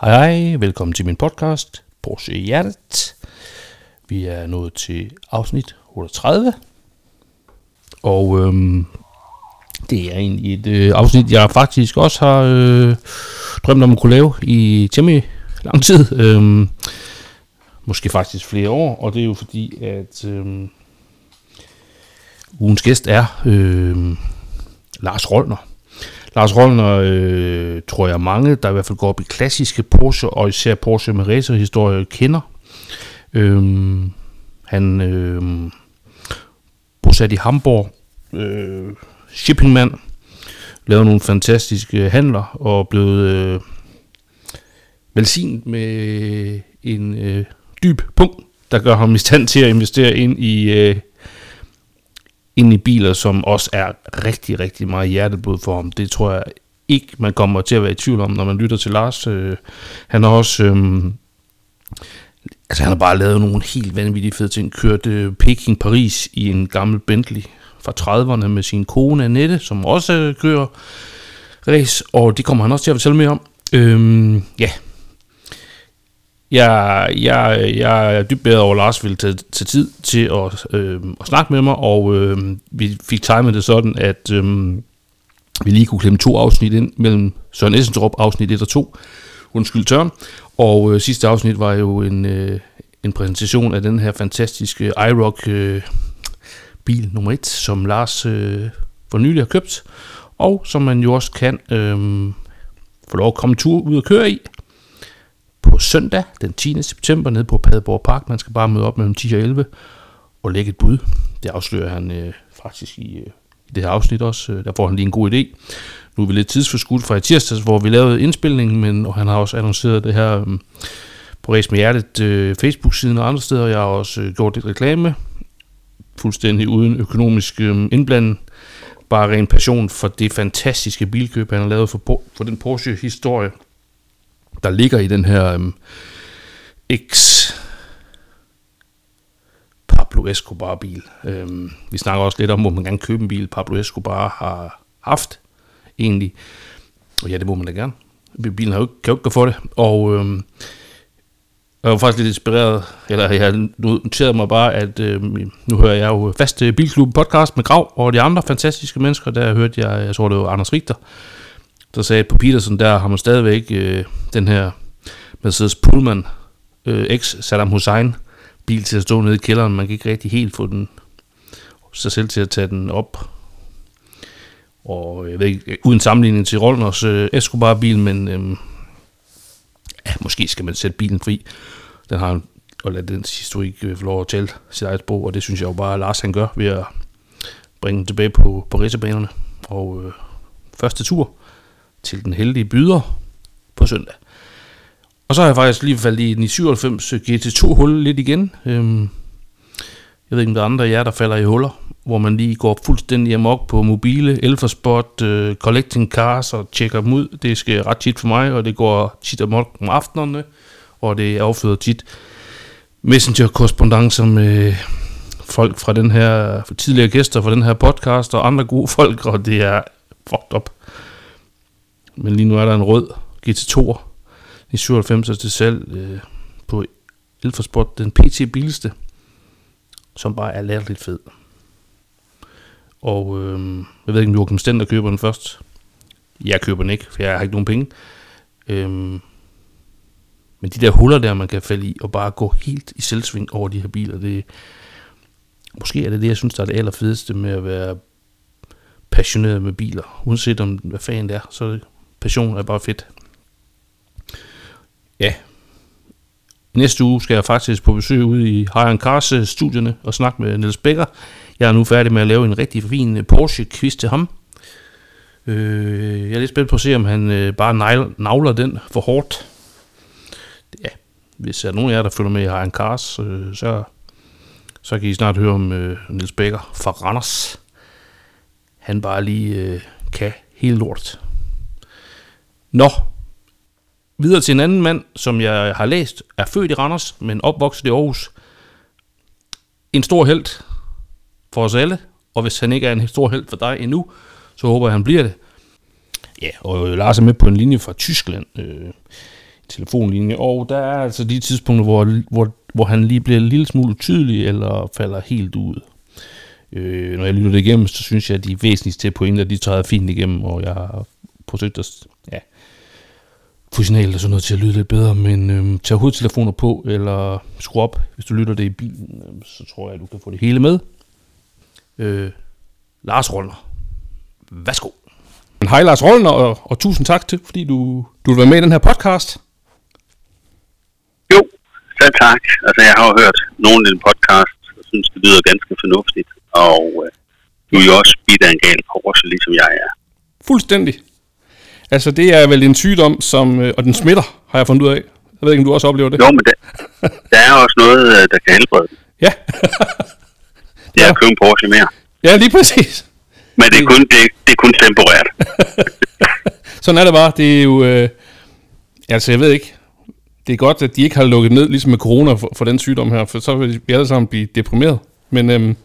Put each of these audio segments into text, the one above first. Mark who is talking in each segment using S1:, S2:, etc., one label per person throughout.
S1: Hej hej, velkommen til min podcast, Porsche i Hjertet. Vi er nået til afsnit 38, og øhm, det er egentlig et øh, afsnit, jeg faktisk også har øh, drømt om at kunne lave i temmelig lang tid. Øhm, måske faktisk flere år, og det er jo fordi, at øhm, ugens gæst er øhm, Lars Rolner. Lars Rollner øh, tror jeg mange, der i hvert fald går op i klassiske Porsche, og især Porsche med racerhistorie, kender. Øhm, han øh, bosat i Hamburg, øh, shippingmand, lavede nogle fantastiske handler, og blev øh, velsignet med en øh, dyb punkt, der gør ham i stand til at investere ind i... Øh, ind i biler, som også er rigtig, rigtig meget hjerteblod for ham. Det tror jeg ikke, man kommer til at være i tvivl om, når man lytter til Lars. Øh, han har også... Øh, altså, han har bare lavet nogle helt vanvittige fede ting. Kørt øh, Peking Paris i en gammel Bentley fra 30'erne med sin kone Annette, som også øh, kører race, og det kommer han også til at fortælle mere om. Øhm, ja, jeg, jeg, jeg er dybt bedre over, at Lars ville tage, tage tid til at, øh, at snakke med mig, og øh, vi fik timet det sådan, at øh, vi lige kunne klemme to afsnit ind mellem Søren Essendrup, afsnit 1 og 2, undskyld tørn, og øh, sidste afsnit var jo en, øh, en præsentation af den her fantastiske iRock øh, bil nummer 1, som Lars øh, for nylig har købt, og som man jo også kan øh, få lov at komme en tur ud og køre i, på søndag den 10. september nede på Padborg Park. Man skal bare møde op mellem 10 og 11 og lægge et bud. Det afslører han øh, faktisk i, øh, i det her afsnit også. Øh, Der får han lige en god idé. Nu er vi lidt tidsforskudt fra i tirsdags, hvor vi lavede indspilningen, men og han har også annonceret det her øh, på Ræs med Hjertet øh, Facebook-siden og andre steder. Jeg har også øh, gjort lidt reklame, fuldstændig uden økonomisk øh, indblanding. Bare ren passion for det fantastiske bilkøb, han har lavet for, Por- for den Porsche-historie, der ligger i den her øhm, X Pablo Escobar bil. Øhm, vi snakker også lidt om, hvor man gerne købe en bil, Pablo Escobar har haft egentlig. Og ja, det må man da gerne. Bilen har jo ikke, kan jo ikke gå for det. Og øhm, jeg var faktisk lidt inspireret, eller jeg noterede mig bare, at øh, nu hører jeg jo fast øh, Bilklubben podcast med Grav og de andre fantastiske mennesker. Der hørte jeg, jeg tror det var Anders Richter, der sagde, at på Peterson, der har man stadigvæk øh, den her Mercedes Pullman øh, X Saddam Hussein bil til at stå nede i kælderen. Man kan ikke rigtig helt få den sig selv til at tage den op. Og øh, jeg ved ikke, uden sammenligning til Rollners øh, Escobar-bil, men øh, ja, måske skal man sætte bilen fri. Den har en- og lade dens historik øh, få lov at tale sit eget sprog, og det synes jeg jo bare, at Lars han gør ved at bringe den tilbage på, på racerbanerne. Og øh, første tur, til den heldige byder på søndag. Og så har jeg faktisk lige faldet i øh, den i 97 GT2 hul lidt igen. Øhm, jeg ved ikke, om der er andre af jer, der falder i huller, hvor man lige går fuldstændig amok på mobile, elferspot, øh, collecting cars og tjekker dem ud. Det sker ret tit for mig, og det går tit amok om aftenerne, og det afføder tit messenger-korrespondencer med folk fra den her, tidligere gæster fra den her podcast og andre gode folk, og det er fucked up. Men lige nu er der en rød GT2 i 97 til salg øh, på Elfersport, den pt billigste, som bare er latterligt fed. Og øh, jeg ved ikke, om Joachim Stender køber den først. Jeg køber den ikke, for jeg har ikke nogen penge. Øh, men de der huller der, man kan falde i, og bare gå helt i selvsving over de her biler, det Måske er det det, jeg synes, der er det allerfedeste med at være passioneret med biler. Uanset om, hvad fanden det er, så er det- passion er bare fedt. Ja. Næste uge skal jeg faktisk på besøg ude i Hajan Cars øh, studierne og snakke med Niels Becker. Jeg er nu færdig med at lave en rigtig fin øh, Porsche-quiz til ham. Øh, jeg er lidt spændt på at se, om han øh, bare negl- nagler den for hårdt. Ja, hvis der er nogen af jer, der følger med i Hajan Cars, øh, så, så kan I snart høre om øh, Niels Becker fra Randers han bare lige øh, kan helt lort. Nå, videre til en anden mand, som jeg har læst, er født i Randers, men opvokset i Aarhus. En stor held for os alle, og hvis han ikke er en stor held for dig endnu, så håber jeg, han bliver det. Ja, og øh, Lars er med på en linje fra Tyskland. Øh, telefonlinje, og der er altså de tidspunkter, hvor, hvor, hvor han lige bliver en lille smule utydelig, eller falder helt ud. Øh, når jeg lytter det igennem, så synes jeg, at de væsentligste pointer, de træder fint igennem, og jeg har forsøgt at ja, få signalet og sådan noget til at lyde lidt bedre, men øhm, tag hovedtelefoner på, eller skru op, hvis du lytter det i bilen, øhm, så tror jeg, at du kan få det hele med. Øh, Lars Rollner, værsgo. Men hej Lars Rollner, og, og tusind tak til, fordi du, du vil være med i den her podcast.
S2: Jo, selv tak. Altså, jeg har jo hørt nogle af dine podcast, og synes, det lyder ganske fornuftigt. Og øh, du er jo også bidt af en gal korse, ligesom jeg er.
S1: Fuldstændig. Altså, det er vel en sygdom, som, øh, og den smitter, har jeg fundet ud af. Jeg ved ikke, om du også oplever det?
S2: Jo, men der, der er også noget, øh, der kan helbrede den.
S1: Ja.
S2: Det er at købe en Porsche mere.
S1: ja, lige præcis.
S2: Men det er
S1: Mm.
S2: kun, det, det er kun temporært.
S1: Sådan er det bare. Det er jo... Øh, altså, jeg ved ikke. Det er godt, at de ikke har lukket ned, ligesom med corona, for, for den sygdom her, for så vil vi alle sammen blive deprimeret. Men, øhm, jamen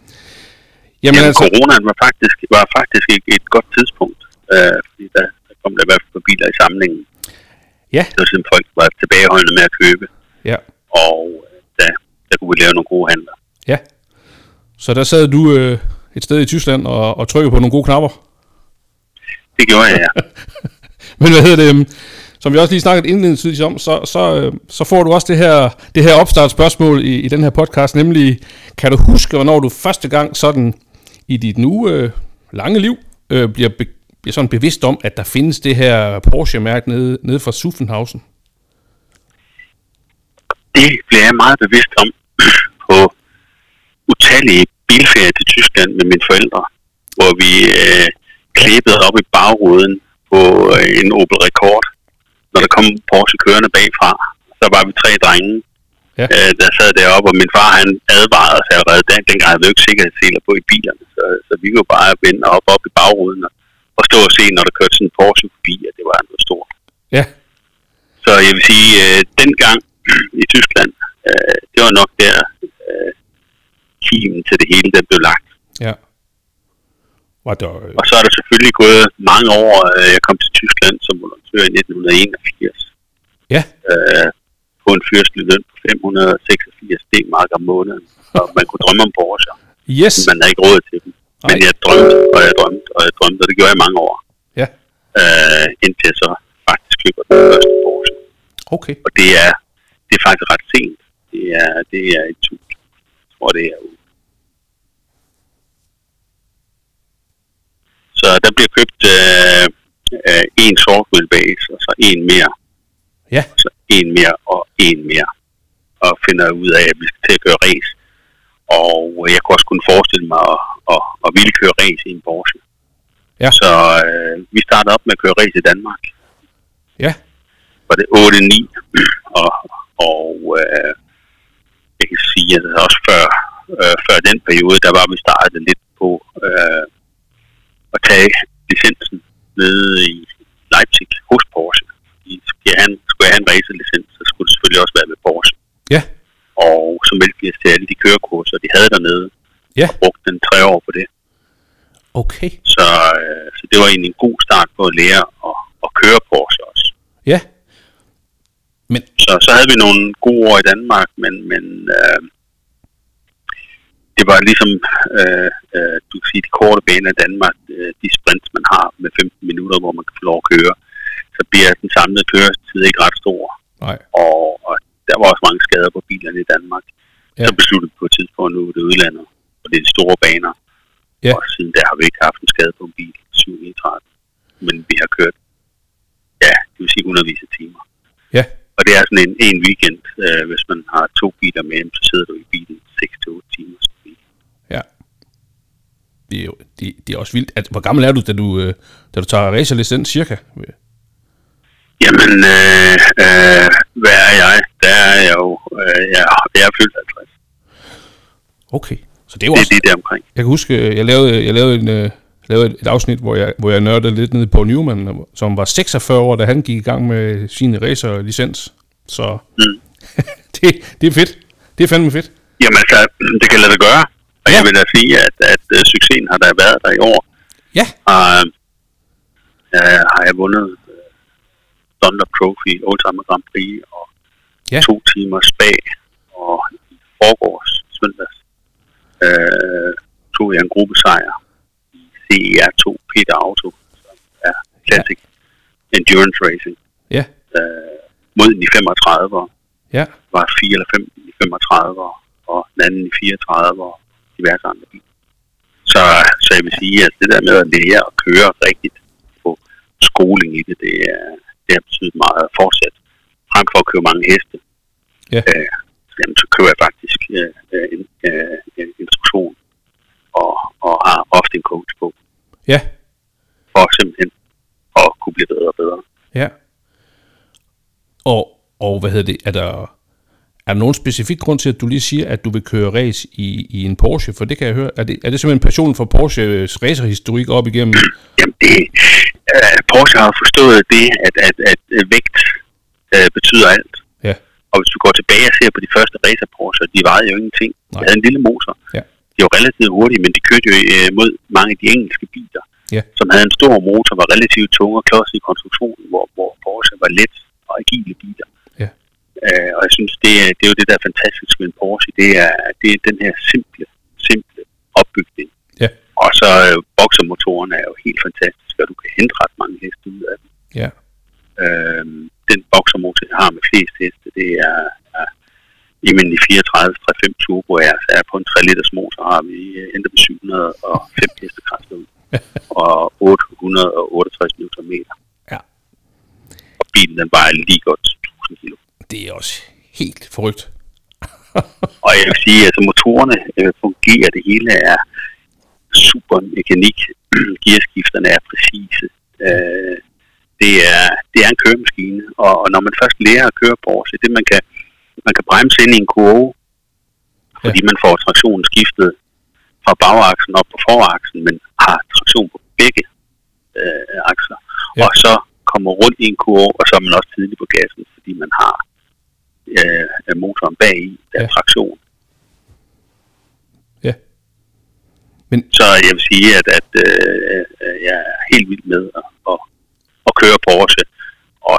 S2: Jamen,
S1: altså,
S2: coronaen var faktisk, var faktisk ikke et godt tidspunkt, øh, fordi der, der kom der i hvert fald for biler i samlingen.
S1: Ja.
S2: Så siden folk var tilbageholdende med at købe,
S1: ja,
S2: og øh, der, der kunne vi lave nogle gode handler.
S1: ja. Så der sad du øh, et sted i Tyskland og, og trykkede på nogle gode knapper.
S2: Det gjorde jeg, ja.
S1: Men hvad hedder det? øhm, Som vi også lige snakkede indledningsvis om, så, så, øh, så får du også det her, det her opstartsspørgsmål i, i den her podcast, nemlig, kan du huske, hvornår du første gang sådan i dit nu øh, lange liv øh, bliver, be, bliver sådan bevidst om, at der findes det her Porsche-mærke nede, nede fra Suffenhausen?
S2: det blev jeg meget bevidst om på utallige bilferier til Tyskland med mine forældre, hvor vi øh, klippede op i bagruden på øh, en Opel Rekord, når der kom Porsche kørende bagfra. Så var vi tre drenge,
S1: Ja.
S2: ja. øh, der sad deroppe, og min far han advarede os allerede. Den, dengang havde vi jo ikke sikkerhedsseler på i bilerne, så, så vi kunne bare vende op, op i bagruden og, og stå og se, når der kørte sådan en Porsche forbi, at det var noget stort.
S1: Ja,
S2: Så jeg vil sige, øh, dengang i Tyskland, øh, det var nok der øh, kimen til det hele, der blev lagt.
S1: ja. Var det, øh,
S2: Og så er der selvfølgelig gået mange år. Øh, jeg kom til Tyskland som volontør i 1981
S1: ja,
S2: øh, på en fyrstelig løn på 586 D-mark om måneden. Og man kunne drømme om Porsche, men
S1: yes,
S2: man havde ikke råd til dem. Men
S1: Nej.
S2: jeg drømte, og jeg drømte, og jeg drømte, og det gjorde jeg i mange år.
S1: ja,
S2: Øh, indtil jeg så faktisk køber den første Porsche.
S1: okay.
S2: Og det er, det er faktisk ret sent. Det er, det er i 2000. Jeg tror, det er ude. Så der bliver købt øh, øh, en sortwheel base, og så en mere,
S1: Ja,
S2: og så en mere, og en mere. Og finder ud af, at vi skal til at køre race. Og jeg kunne også kunne forestille mig at, at, at ville køre race i en Porsche.
S1: Ja.
S2: Så øh, vi startede op med at køre race i Danmark
S1: ja,
S2: var det 8-9, og, og øh, jeg kan sige, at også før, øh, før den periode, der var vi startet lidt på øh, at tage licensen nede i Leipzig hos Porsche. Fordi Skulle jeg have en, skulle jeg have en racerlicens, så skulle det selvfølgelig også være med Porsche.
S1: ja,
S2: Og så meldte vi os til alle de kørekurser, de havde dernede,
S1: ja,
S2: og brugte den tre år på det.
S1: okay.
S2: Så, øh, så det var egentlig en god start på at lære at, at køre Porsche også.
S1: Ja,
S2: Så, så havde vi nogle gode år i Danmark, men, men øh, det var ligesom, øh, øh, du kan sige, de korte baner i Danmark, øh, de sprints, man har med 15 minutter, hvor man kan få lov at køre, så bliver den samlede køretid ikke ret stor.
S1: nej,
S2: Og, og der var også mange skader på bilerne i Danmark.
S1: Ja.
S2: Ja. Så besluttede vi på et tidspunkt, nu er det udlandet, og det er de store baner.
S1: Ja.
S2: Ja. Og siden der har vi ikke haft en skade på en bil, 731. Men vi har kørt, ja, det vil sige hundredvis af timer.
S1: ja,
S2: Og det er sådan en, en weekend, øh, hvis man har to biler med, så sidder du i bilen 6-8 timer. som bil.
S1: ja. Det er, jo, det, det er også vildt. At, hvor gammel er du, da du, øh, da du tager racerlicens, cirka?
S2: Jamen, øh, øh, hvad er jeg? Der er jeg jo, øh, jeg, jeg er fyldt 50.
S1: Okay. Så det er jo
S2: Det er
S1: også...
S2: lige der omkring.
S1: Jeg kan huske, øh, jeg lavede, jeg lavede, en, øh, lavede et afsnit, hvor jeg, hvor jeg nørdede lidt ned på Newman, som var 46 år, da han gik i gang med sin racerlicens. Så
S2: Mm.
S1: det, det er fedt. Det er fandme fedt.
S2: Jamen, altså, det kan lade sig gøre.
S1: Ja.
S2: Og ja. jeg vil da sige, at, at øh, succesen har der været der i år.
S1: Ja,
S2: Og, øh, har jeg vundet øh, Thunder Trophy, Old Timer Grand Prix, og
S1: Ja.
S2: ja. to timer spa, og i forgårs søndags øh, tog jeg en gruppesejr i CER2 Peter Auto, som er Classic Endurance Racing,
S1: Ja,
S2: øh, mod en i 35'er,
S1: ja,
S2: var fire eller fem i 35 og den anden i 34 og diverse andre biler. Så, så jeg vil sige, at det der med at lære at køre rigtigt på skoling i det, det, er, det har betydet meget fortsat. Frem for at købe mange heste,
S1: Ja.
S2: øh, jamen, så kører jeg faktisk øh, øh, en, øh, en instruktion og, og har ofte en coach på,
S1: ja,
S2: for simpelthen at kunne blive bedre og bedre.
S1: ja. Og, og hvad hedder det, er der, er der nogen specifik grund til, at du lige siger, at du vil køre race i, i en Porsche? For det kan jeg høre. Er det, er det simpelthen passionen for Porsches racerhistorik op igennem?
S2: Jamen det, øh, Porsche har forstået det, at, at, at øh, vægt øh, betyder alt.
S1: Ja,
S2: Og hvis du går tilbage og ser på de første racer Porsche, de vejede jo ingenting. De
S1: Nej.
S2: havde en lille motor.
S1: Ja.
S2: De var relativt hurtige, men de kørte jo øh, mod mange af de engelske biler,
S1: Ja.
S2: som havde en stor motor, var relativt tung og klods i konstruktionen, hvor, hvor Porsche var let og agile biler.
S1: Ja.
S2: Øh, og jeg synes, det er, det er jo det, der er fantastisk med en Porsche. Det er, det er den her simple, simple opbygning.
S1: Ja.
S2: Og så øh, boksermotoren er jo helt fantastisk, og du kan hente ret mange heste ud af den.
S1: ja,
S2: Øh, den boksermotor, jeg har med flest heste, det er, er jamen i 34 3.5 Turbo er, så er på en 3 liters motor, har vi øh, hentet med 705 hestekræfter ud, og 868 Nm.
S1: Ja.
S2: Og bilen, den vejer lige godt 1000 kilo.
S1: det er også helt forrygt.
S2: Og jeg vil sige, at altså, motorerne øh, fungerer, det hele er super mekanik. Gearskifterne er præcise. Øh, det, er, det er en køremaskine, og, og når man først lærer at køre Porsche, det man kan, man kan bremse ind i en kurve, fordi man får traktionen skiftet fra bagaksen op på foraksen, men har traktion på begge øh, akser.
S1: Ja.
S2: Ja. Og så kommer rundt i en kurve, og så er man også tidlig på gassen, fordi man har øh, motoren bag i, der er
S1: Ja.
S2: traktion.
S1: Ja,
S2: Så jeg vil sige, at, at øh, øh, jeg er helt vild med at, at, at køre Porsche, og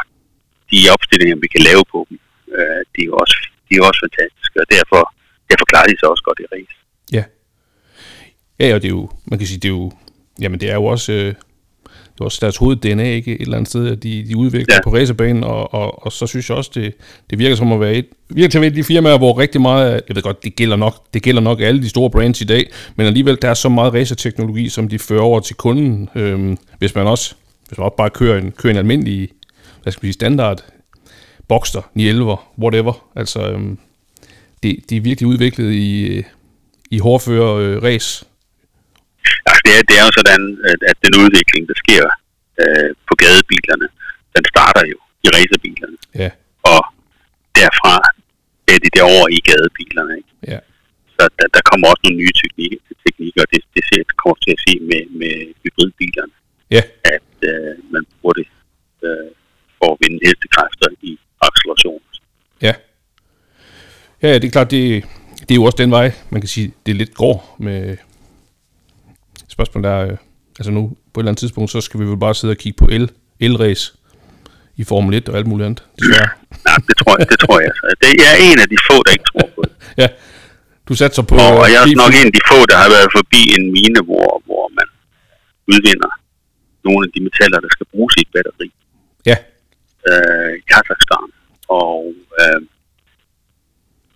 S2: de opstillinger, vi kan lave på dem, øh, de, er jo også, de er jo også fantastiske, og derfor, derfor klarer de sig også godt i race.
S1: Ja. Ja, og det er jo, man kan sige, det er jo, jamen det er jo også, øh, det er også deres hoved-DNA, ikke? Et eller andet sted, at de, de udvikler ja.
S2: Ja.
S1: på racerbanen, og, og, og så synes jeg også, det, det virker som at være et, virker til at være et af de firmaer, hvor rigtig meget, af- jeg ved godt, det gælder nok, det gælder nok alle de store brands i dag, men alligevel, der er så meget racerteknologi, som de fører over til kunden, øhm, hvis man også, hvis man også bare kører en, kører en almindelig, hvad skal vi sige, standard Boxster, 911, whatever, altså, øhm, det, de er virkelig udviklet i, øh, i hårdfører øh, race.
S2: Altså, det, er, det er jo sådan, at, at den udvikling, der sker øh, på gadebilerne, den starter jo i racerbilerne,
S1: Ja,
S2: og derfra er det derovre i gadebilerne. Ikke?
S1: ja,
S2: Så der, der kommer også nogle nye teknikker, teknikker og det, det ser jeg kommer til at se med, med hybridbilerne.
S1: ja,
S2: at øh, man bruger det øh, for at vinde hestekræfter i acceleration.
S1: ja. Ja, det er klart, det, det er jo også den vej, man kan sige, det er lidt går med spørgsmålet er, øh, altså nu på et eller andet tidspunkt, så skal vi vel bare sidde og kigge på el, elrace i Formel 1 og alt muligt andet. Desværre.
S2: Nej, det tror jeg, det tror jeg. Så det, jeg er en af de få, der ikke tror på det.
S1: Ja, du satser på...
S2: Og, og jeg er også
S1: øh,
S2: nok en af de få, der har været forbi en mine, hvor, hvor man udvinder nogle af de metaller, der skal bruges i et batteri
S1: Ja,
S2: øh, i Kazakhstan. Og øh,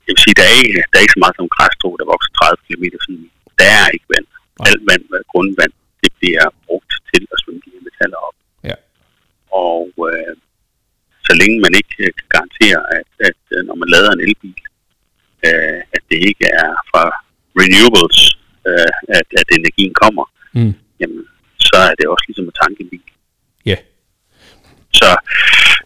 S2: jeg vil sige, der er, ikke, der er ikke så meget som græsstrå, der vokser 30 km siden. Der er ikke vand.
S1: Nej.
S2: Alt vand, grundvand, det bliver brugt til at svømme de her metaller op.
S1: ja,
S2: Og øh, så længe man ikke øh, kan garantere, at, at øh, når man lader en elbil, øh, at det ikke er fra renewables, øh, at, at energien kommer,
S1: mm,
S2: jamen, så er det også ligesom at tanke en bil.
S1: ja.
S2: Så,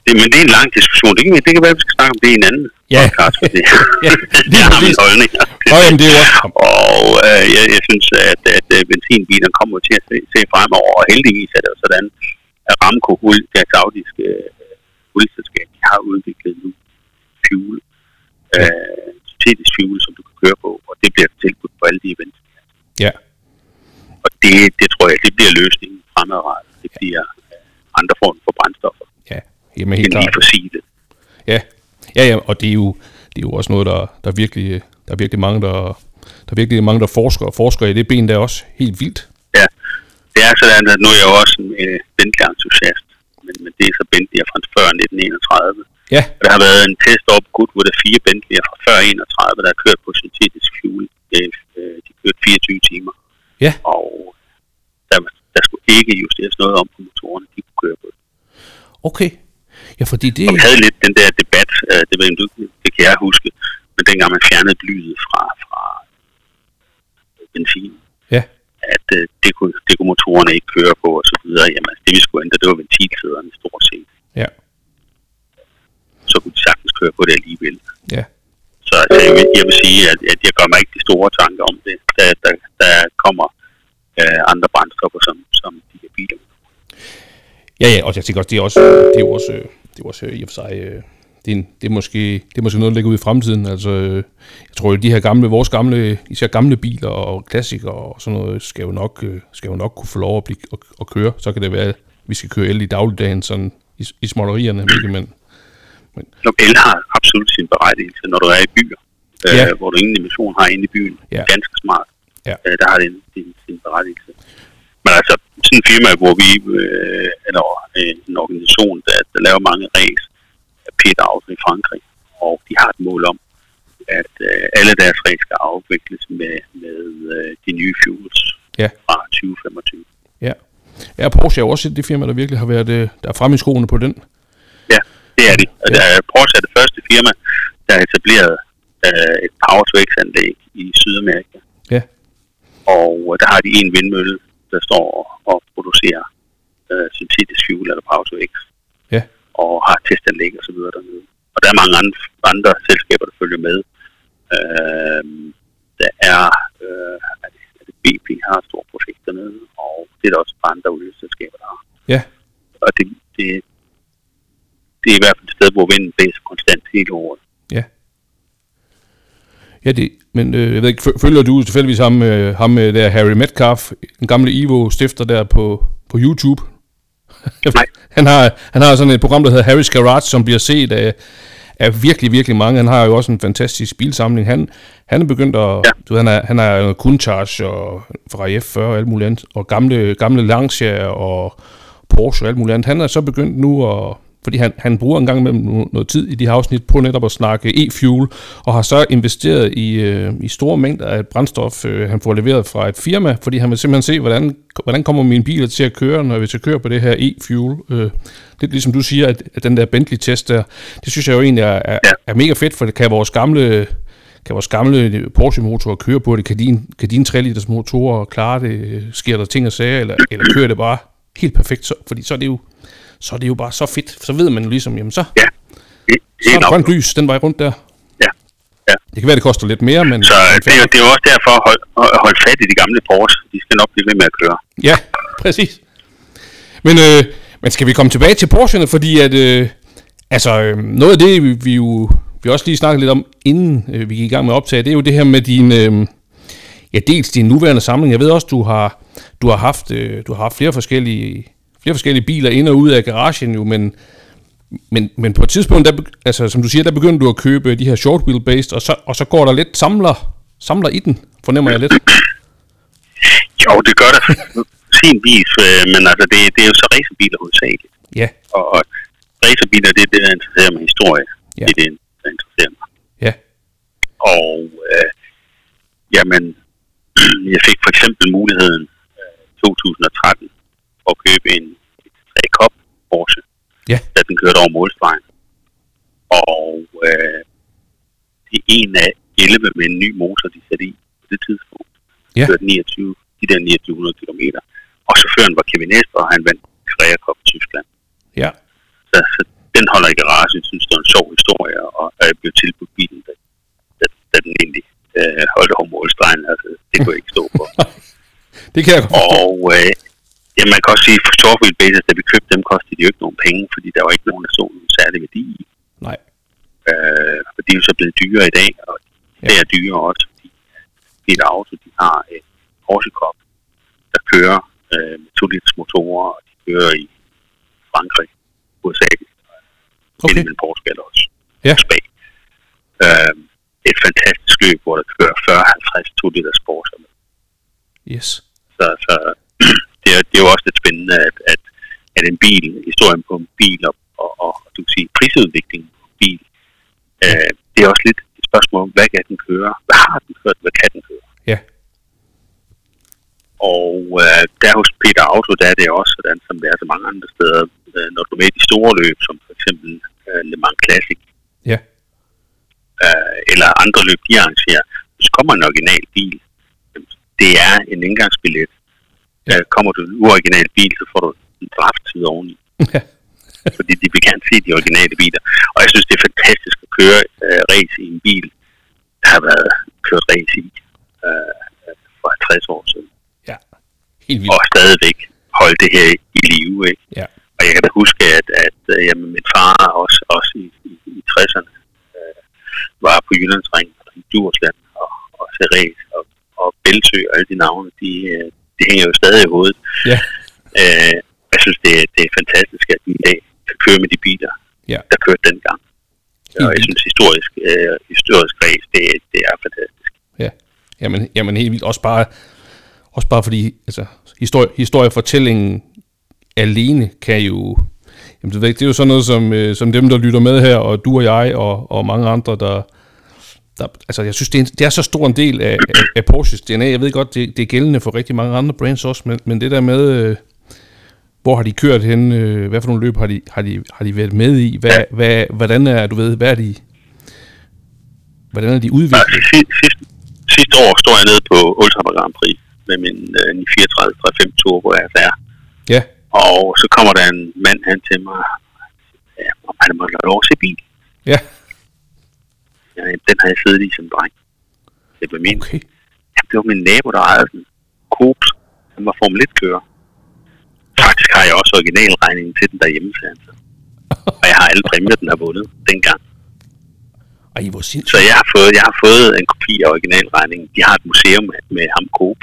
S2: det, men det er en lang diskussion. Det kan, vi- det kan være, at vi skal snakke om det i en anden
S1: Ja.
S2: podcast. fordi
S1: Ja,
S2: det
S1: lige
S2: er
S1: præcis.
S2: min holdning.
S1: Og jamen, det er jo også...
S2: Og øh, jeg, jeg synes, at, at øh, benzinbiler kommer til at se, se fremover, og heldigvis er det jo sådan, at Ramco, Hul- deres saudiske øh, olieselskab, de har udviklet nu fuel, øh, syntetisk fuel, som du kan køre på, og det bliver tilbudt på alle de events.
S1: Ja,
S2: Og det, det tror jeg, det bliver løsningen fremadrettet. Det bliver øh, andre former for brændstoffer.
S1: ja, Jamen helt
S2: end lige
S1: klart.
S2: fossile.
S1: Ja. ja, ja, og det er jo, det er jo også noget, der, der, virkelig, øh, der er virkelig mange, der, der er virkelig mange, der forsker, forsker i det ben der også. Helt vildt.
S2: Ja. Det er sådan, at nu er jeg jo også en øh, Bentley-entusiast, men, men det er så Bentley fra før 1931.
S1: Ja,
S2: Og der har været en test op Goodwood af fire Bentley'er fra før 31, der har kørt på syntetisk fuel. Øh, øh, De kørte 24 timer.
S1: Ja.
S2: Og der, der skulle ikke justeres noget om på motorerne, de kunne køre på.
S1: okay. Ja, fordi det...
S2: Og vi havde lidt den der debat, øh, det, ved jeg, du, det kan jeg huske, men dengang man fjernede blyet fra, fra benzin,
S1: Ja,
S2: at øh, det, kunne, det kunne motorerne ikke køre på og så videre. Jamen, altså, det vi skulle ændre, det var ventilsæderne stort set.
S1: ja,
S2: Så kunne de sagtens køre på det alligevel.
S1: ja.
S2: Så altså, jeg, vil, jeg vil sige, at, at jeg gør mig ikke de store tanker om det. Der, der, der kommer øh, andre brændstoffer, som, som de her biler.
S1: Ja, ja, og jeg tænker også, det er også, det er jo også, øh, det er også øh, i og for sig, øh, det er, en, det, er måske, det er måske noget, der ligger ud i fremtiden. Altså, øh, jeg tror jo, de her gamle, vores gamle, især gamle biler og klassikere og sådan noget, skal jo nok, øh, skal jo nok kunne få lov at, blive, at, at køre. Så kan det være, at vi skal køre el i dagligdagen sådan i, i smålerierne, hvilket man,
S2: Nå, el har absolut sin berettigelse, når du er i byer, øh,
S1: Ja.
S2: hvor du ingen emission har inde i byen.
S1: Ja.
S2: Ganske smart.
S1: Ja.
S2: Øh, der har det en- sin, sin berettigelse. Men altså, sådan en firma, hvor vi, øh, eller øh, en organisation, der, der laver mange ræs, er Peter Auto i Frankrig, og de har et mål om, at øh, alle deres ræs skal afvikles med, med øh, de nye fuels
S1: Ja.
S2: fra 2025.
S1: ja. Ja, Porsche er jo også et af de firma, der virkelig har været, øh, der er fremme i skoene på den.
S2: Ja, det er de. Og der er Porsche er det første firma, der har etableret øh, et Power-to-X-anlæg i Sydamerika.
S1: Ja,
S2: Og øh, der har de en vindmølle, der står og producerer øh, syntetisk fuel eller Power-to-X.
S1: ja,
S2: Og har testanlæg og så videre dernede. Og der er mange andre, andre selskaber, der følger med. Øh, der er, øh, er, det, er det BP har et stort projekt dernede, og det er der også andre olieselskaber, der har
S1: ja,
S2: og det, det, det er i hvert fald et sted, hvor vinden blæser konstant hele året.
S1: ja. Ja, det, men øh, jeg ved ikke, fø- følger du tilfældigvis ham, øh, ham øh, der Harry Metcalf, den gamle Evo-stifter der på, på YouTube?
S2: Nej.
S1: Han har, han har sådan et program, der hedder Harry's Garage, som bliver set af, af virkelig, virkelig mange. Han har jo også en fantastisk bilsamling. Han, han er begyndt at... Ja. Du ved, han er, han er Kuncharge og Ferrari F40 og alt muligt andet, og gamle, gamle Lancia og Porsche og alt muligt andet. Han er så begyndt nu at fordi han, han bruger en gang imellem no- noget tid i de her afsnit på netop at snakke e-fuel, og har så investeret i, øh, i store mængder af et brændstof, øh, han får leveret fra et firma, fordi han vil simpelthen se, hvordan, hvordan kommer mine biler til at køre, når vi skal køre på det her e-fuel. Øh, lidt ligesom du siger, at, at den der Bentley-test der, det synes jeg jo egentlig er, er,
S2: Ja.
S1: er mega fedt, for det kan vores gamle kan vores gamle Porsche-motorer køre på det? Kan dine, kan dine 3-liters motorer klare det? Sker der ting og sager, eller, eller kører det bare helt perfekt? Så, fordi så er, det jo, så er det jo bare så fedt. Så ved man jo ligesom, jamen så,
S2: Ja, helt,
S1: så er
S2: helt
S1: der
S2: nok.
S1: grønt lys den vej rundt der.
S2: Ja. ja.
S1: Det kan være, det koster lidt mere, men...
S2: Så det er, jo- det er jo også derfor at holde, at holde fat i de gamle Porsche. De skal nok blive ved med at køre.
S1: Ja, præcis. Men, øh, men skal vi komme tilbage til Porschene, fordi at, øh, altså, øh, noget af det, vi, vi jo vi også lige snakkede lidt om, inden øh, vi gik i gang med at optage, det er jo det her med din, øh, ja, dels din nuværende samling. Jeg ved også, du har, du har haft, øh, du har haft flere, forskellige, flere forskellige biler ind og ud af garagen jo, men, men, men på et tidspunkt, der, be- altså, som du siger, der begyndte du at købe de her short wheel based, og så, og så går der lidt samler, samler i den, fornemmer jeg lidt.
S2: Jo, det gør det sin vis, øh, men altså, det, det er jo så racerbiler hovedsageligt.
S1: Ja,
S2: Og, og racerbiler, det er det, der interesserer mig historie.
S1: Ja.
S2: Det er det, der interesserer mig.
S1: ja,
S2: Og øh, jamen, jeg fik for eksempel muligheden øh, i 2013 for at købe en 3 Cup Porsche,
S1: ja,
S2: da den kørte over målstregen. Og øh, det er en af 11 med en ny motor, de satte i på det tidspunkt.
S1: Ja.
S2: Kørte 29, de der 2900 km. Og chaufføren var Kevin Esper, og han vandt Carrera Cup i Tyskland.
S1: ja.
S2: Så, så Altså, den holder i garagen, synes det er en sjov historie, og jeg blev tilbudt bilen, da, da, da den egentlig øh, holdt over målstregen. Altså, det kunne jeg ikke stå for.
S1: Det kan jeg godt
S2: Og øh, ja, man kan også sige, for short wheel basis, da vi købte dem, kostede de jo ikke nogen penge, fordi der var ikke nogen, der så nogen særlig værdi i.
S1: Nej.
S2: Øh, og de er jo så blevet dyre i dag, og
S1: Ja.
S2: de er dyre også, fordi Peter Auto, de har en Porsche Cup, der kører øh, med 2 liters motorer, og de kører i Frankrig, USA, okay.
S3: Okay.
S2: inden mellem Portugal også.
S3: Ja.
S2: Og Spanien. Øh, et fantastisk løb, hvor der kører 40-50 to liter sport.
S3: Yes.
S2: Så, så det, er, det er jo også lidt spændende, at, at, at en bil, historien på en bil og, og, og du kan sige, prisudviklingen på en bil, øh, det er også lidt et spørgsmål om, hvad kan den køre? Hvad har den kørt? Hvad kan den køre?
S3: Ja.
S2: Og øh, der hos Peter Auto, der er det også sådan, som det er så mange andre steder. Øh, når du er med i de store løb, som for eksempel øh, Le Mans Classic,
S3: Ja.
S2: øh, eller andre løb, de arrangerer, så kommer en original bil. Jamen, Det er en indgangsbillet. Øh, kommer du i en uoriginal bil, så får du en drafttid oveni.
S3: Ja.
S2: Fordi de vil gerne se de originale biler. Og jeg synes, det er fantastisk at køre øh, race i en bil, der har været kørt race i øh, for 50 år siden.
S3: Ja. Helt
S2: Og stadigvæk holde det her i live. Ikke?
S3: Ja.
S2: Og jeg kan da huske, at, at øh, jamen, min far også, også i, i, i 60'erne øh, var på Jyllandsring i Djursland og, og Ceres og, og Bælsø og alle de navne, de, øh, de hænger jo stadig i hovedet.
S3: Ja.
S2: Øh, jeg synes, det, er- det er fantastisk, at vi i dag kan køre med de biler,
S3: Ja.
S2: der kørte dengang. Og jeg
S3: vildt.
S2: synes, historisk, øh, historisk race, det, det er fantastisk.
S3: Ja, jamen, jamen helt vildt. Også bare, også bare fordi altså, historie, historiefortællingen alene kan jo... Jamen, det, ved jeg ikke, det er jo sådan noget, som, øh, som dem, der lytter med her, og du og jeg, og, og mange andre, der... der altså, jeg synes, det er, en, det er så stor en del af, af, af Porsches DNA. Jeg ved godt, det, det er gældende for rigtig mange andre brands også, men, men det der med... Øh, hvor har de kørt hen? Øh, hvad for nogle løb har de, har de, har de været med i? Hvad, hvad, hvordan er, du ved, hvad er de, hvordan er de
S2: Og
S3: udviklet?
S2: sidste, sidste, sidste år stod jeg nede på Ultra Grand Prix med min øh, 34 35 tur, hvor jeg er
S3: Ja,
S2: Og så kommer der en mand hen til mig, ja, om han måtte have lov at se bil.
S3: ja.
S2: Ja, den har jeg siddet i som dreng. Det var min.
S3: Okay.
S2: Okay. Ja, det var min nabo, der ejede den. Coop, han var Formel 1 kører. Faktisk har jeg også originalregningen til den derhjemme, sagde han så. Og jeg har alle præmier, den har vundet dengang.
S3: Ej, hvor
S2: Så
S3: sindssygt.
S2: jeg har fået, jeg har fået en kopi af originalregningen. De har et museum med, med ham Coop.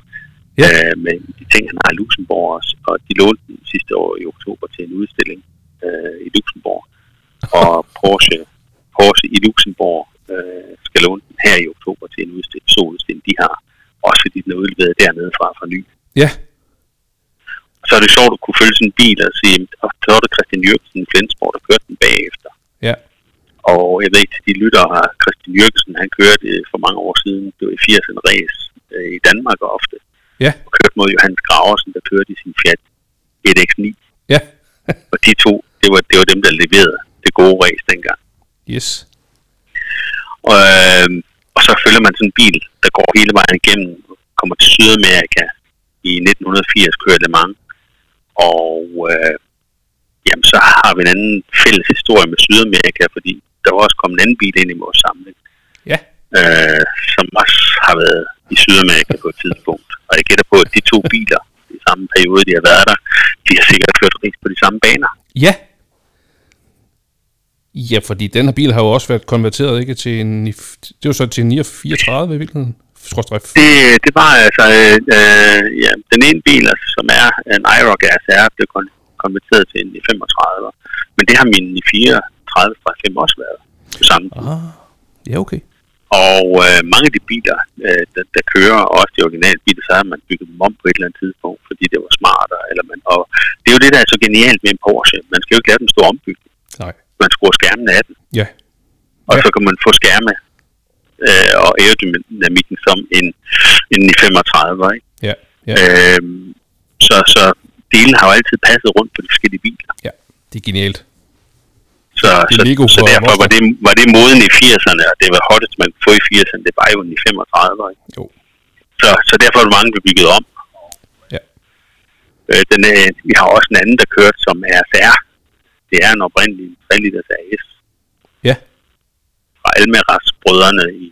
S3: Ja.
S2: Ja. Øh, med de ting, han har i Luxembourg også. Og de lånte den sidste år i oktober til en udstilling øh, i Luxembourg. Og Porsche, Porsche i Luxembourg øh, skal låne den her i oktober til en udstilling, soludstilling, de har. Også fordi den er udleveret dernede fra for ny.
S3: Ja,
S2: Og så er det sjovt at kunne følge sådan en bil og sige, og så var det Christian Jørgensen i Flensborg, der kørte den bagefter.
S3: ja,
S2: Og jeg ved ikke, til de lyttere har Christian Jørgensen, han kørte øh, for mange år siden, det var i 80'erne race øh, i Danmark ofte,
S3: ja,
S2: og kørte mod Johannes Graversen, der kørte i sin Fiat 1X9.
S3: ja.
S2: Og de to, det var, det var dem, der leverede det gode race dengang.
S3: Yes.
S2: Og, øh, og så følger man sådan en bil, der går hele vejen igennem, kommer til Sydamerika i 1980, kører Le Mans. Og øh, jamen, så har vi en anden fælles historie med Sydamerika, fordi der var også kommet en anden bil ind i vores samling.
S3: Ja,
S2: øh, som også har været i Sydamerika på et tidspunkt. Og jeg gætter på, at de to biler i samme periode, de har været der, de har sikkert kørt rigtig på de samme baner.
S3: ja. Ja, fordi den her bil har jo også været konverteret, ikke, til en... nif- Det var så til en 34 i virkeligheden. Skråstrej.
S2: Det, det var altså, øh, øh, ja, den ene bil, altså, som er en IROC SR, blev kon- konverteret til en i 35. Men det har min i 34 fra 5 også været på samme tid.
S3: Ah, ja, okay.
S2: Og øh, mange af de biler, øh, der, der kører, og også de originale biler, så har man bygget dem om på et eller andet tidspunkt, fordi det var smartere. Eller man, og det er jo det, der er så genialt med en Porsche. Man skal jo ikke lade dem stå ombygget.
S3: Nej.
S2: Man skruer skærmen af den,
S3: Ja,
S2: og
S3: Ja.
S2: ja. så kan man få skærme øh, og aerodynamikken som en, en i 35. Ikke?
S3: ja, ja,
S2: Ja. Øhm, så, så delen har jo altid passet rundt på de forskellige biler.
S3: ja. Det er genialt.
S2: Så,
S3: Det er
S2: så,
S3: Lego
S2: så
S3: for
S2: derfor
S3: voksne.
S2: var det, var det moden i 80'erne, og det var hottest, man kunne få i 80'erne, det var jo en i 35. Ikke?
S3: Jo,
S2: Så, så derfor er der mange, der er bygget om.
S3: ja.
S2: Øh, den, øh, vi har også en anden, der kørte som RSR. Det er en oprindelig 3 liters RS
S3: Ja,
S2: fra Almaraz-brødrene i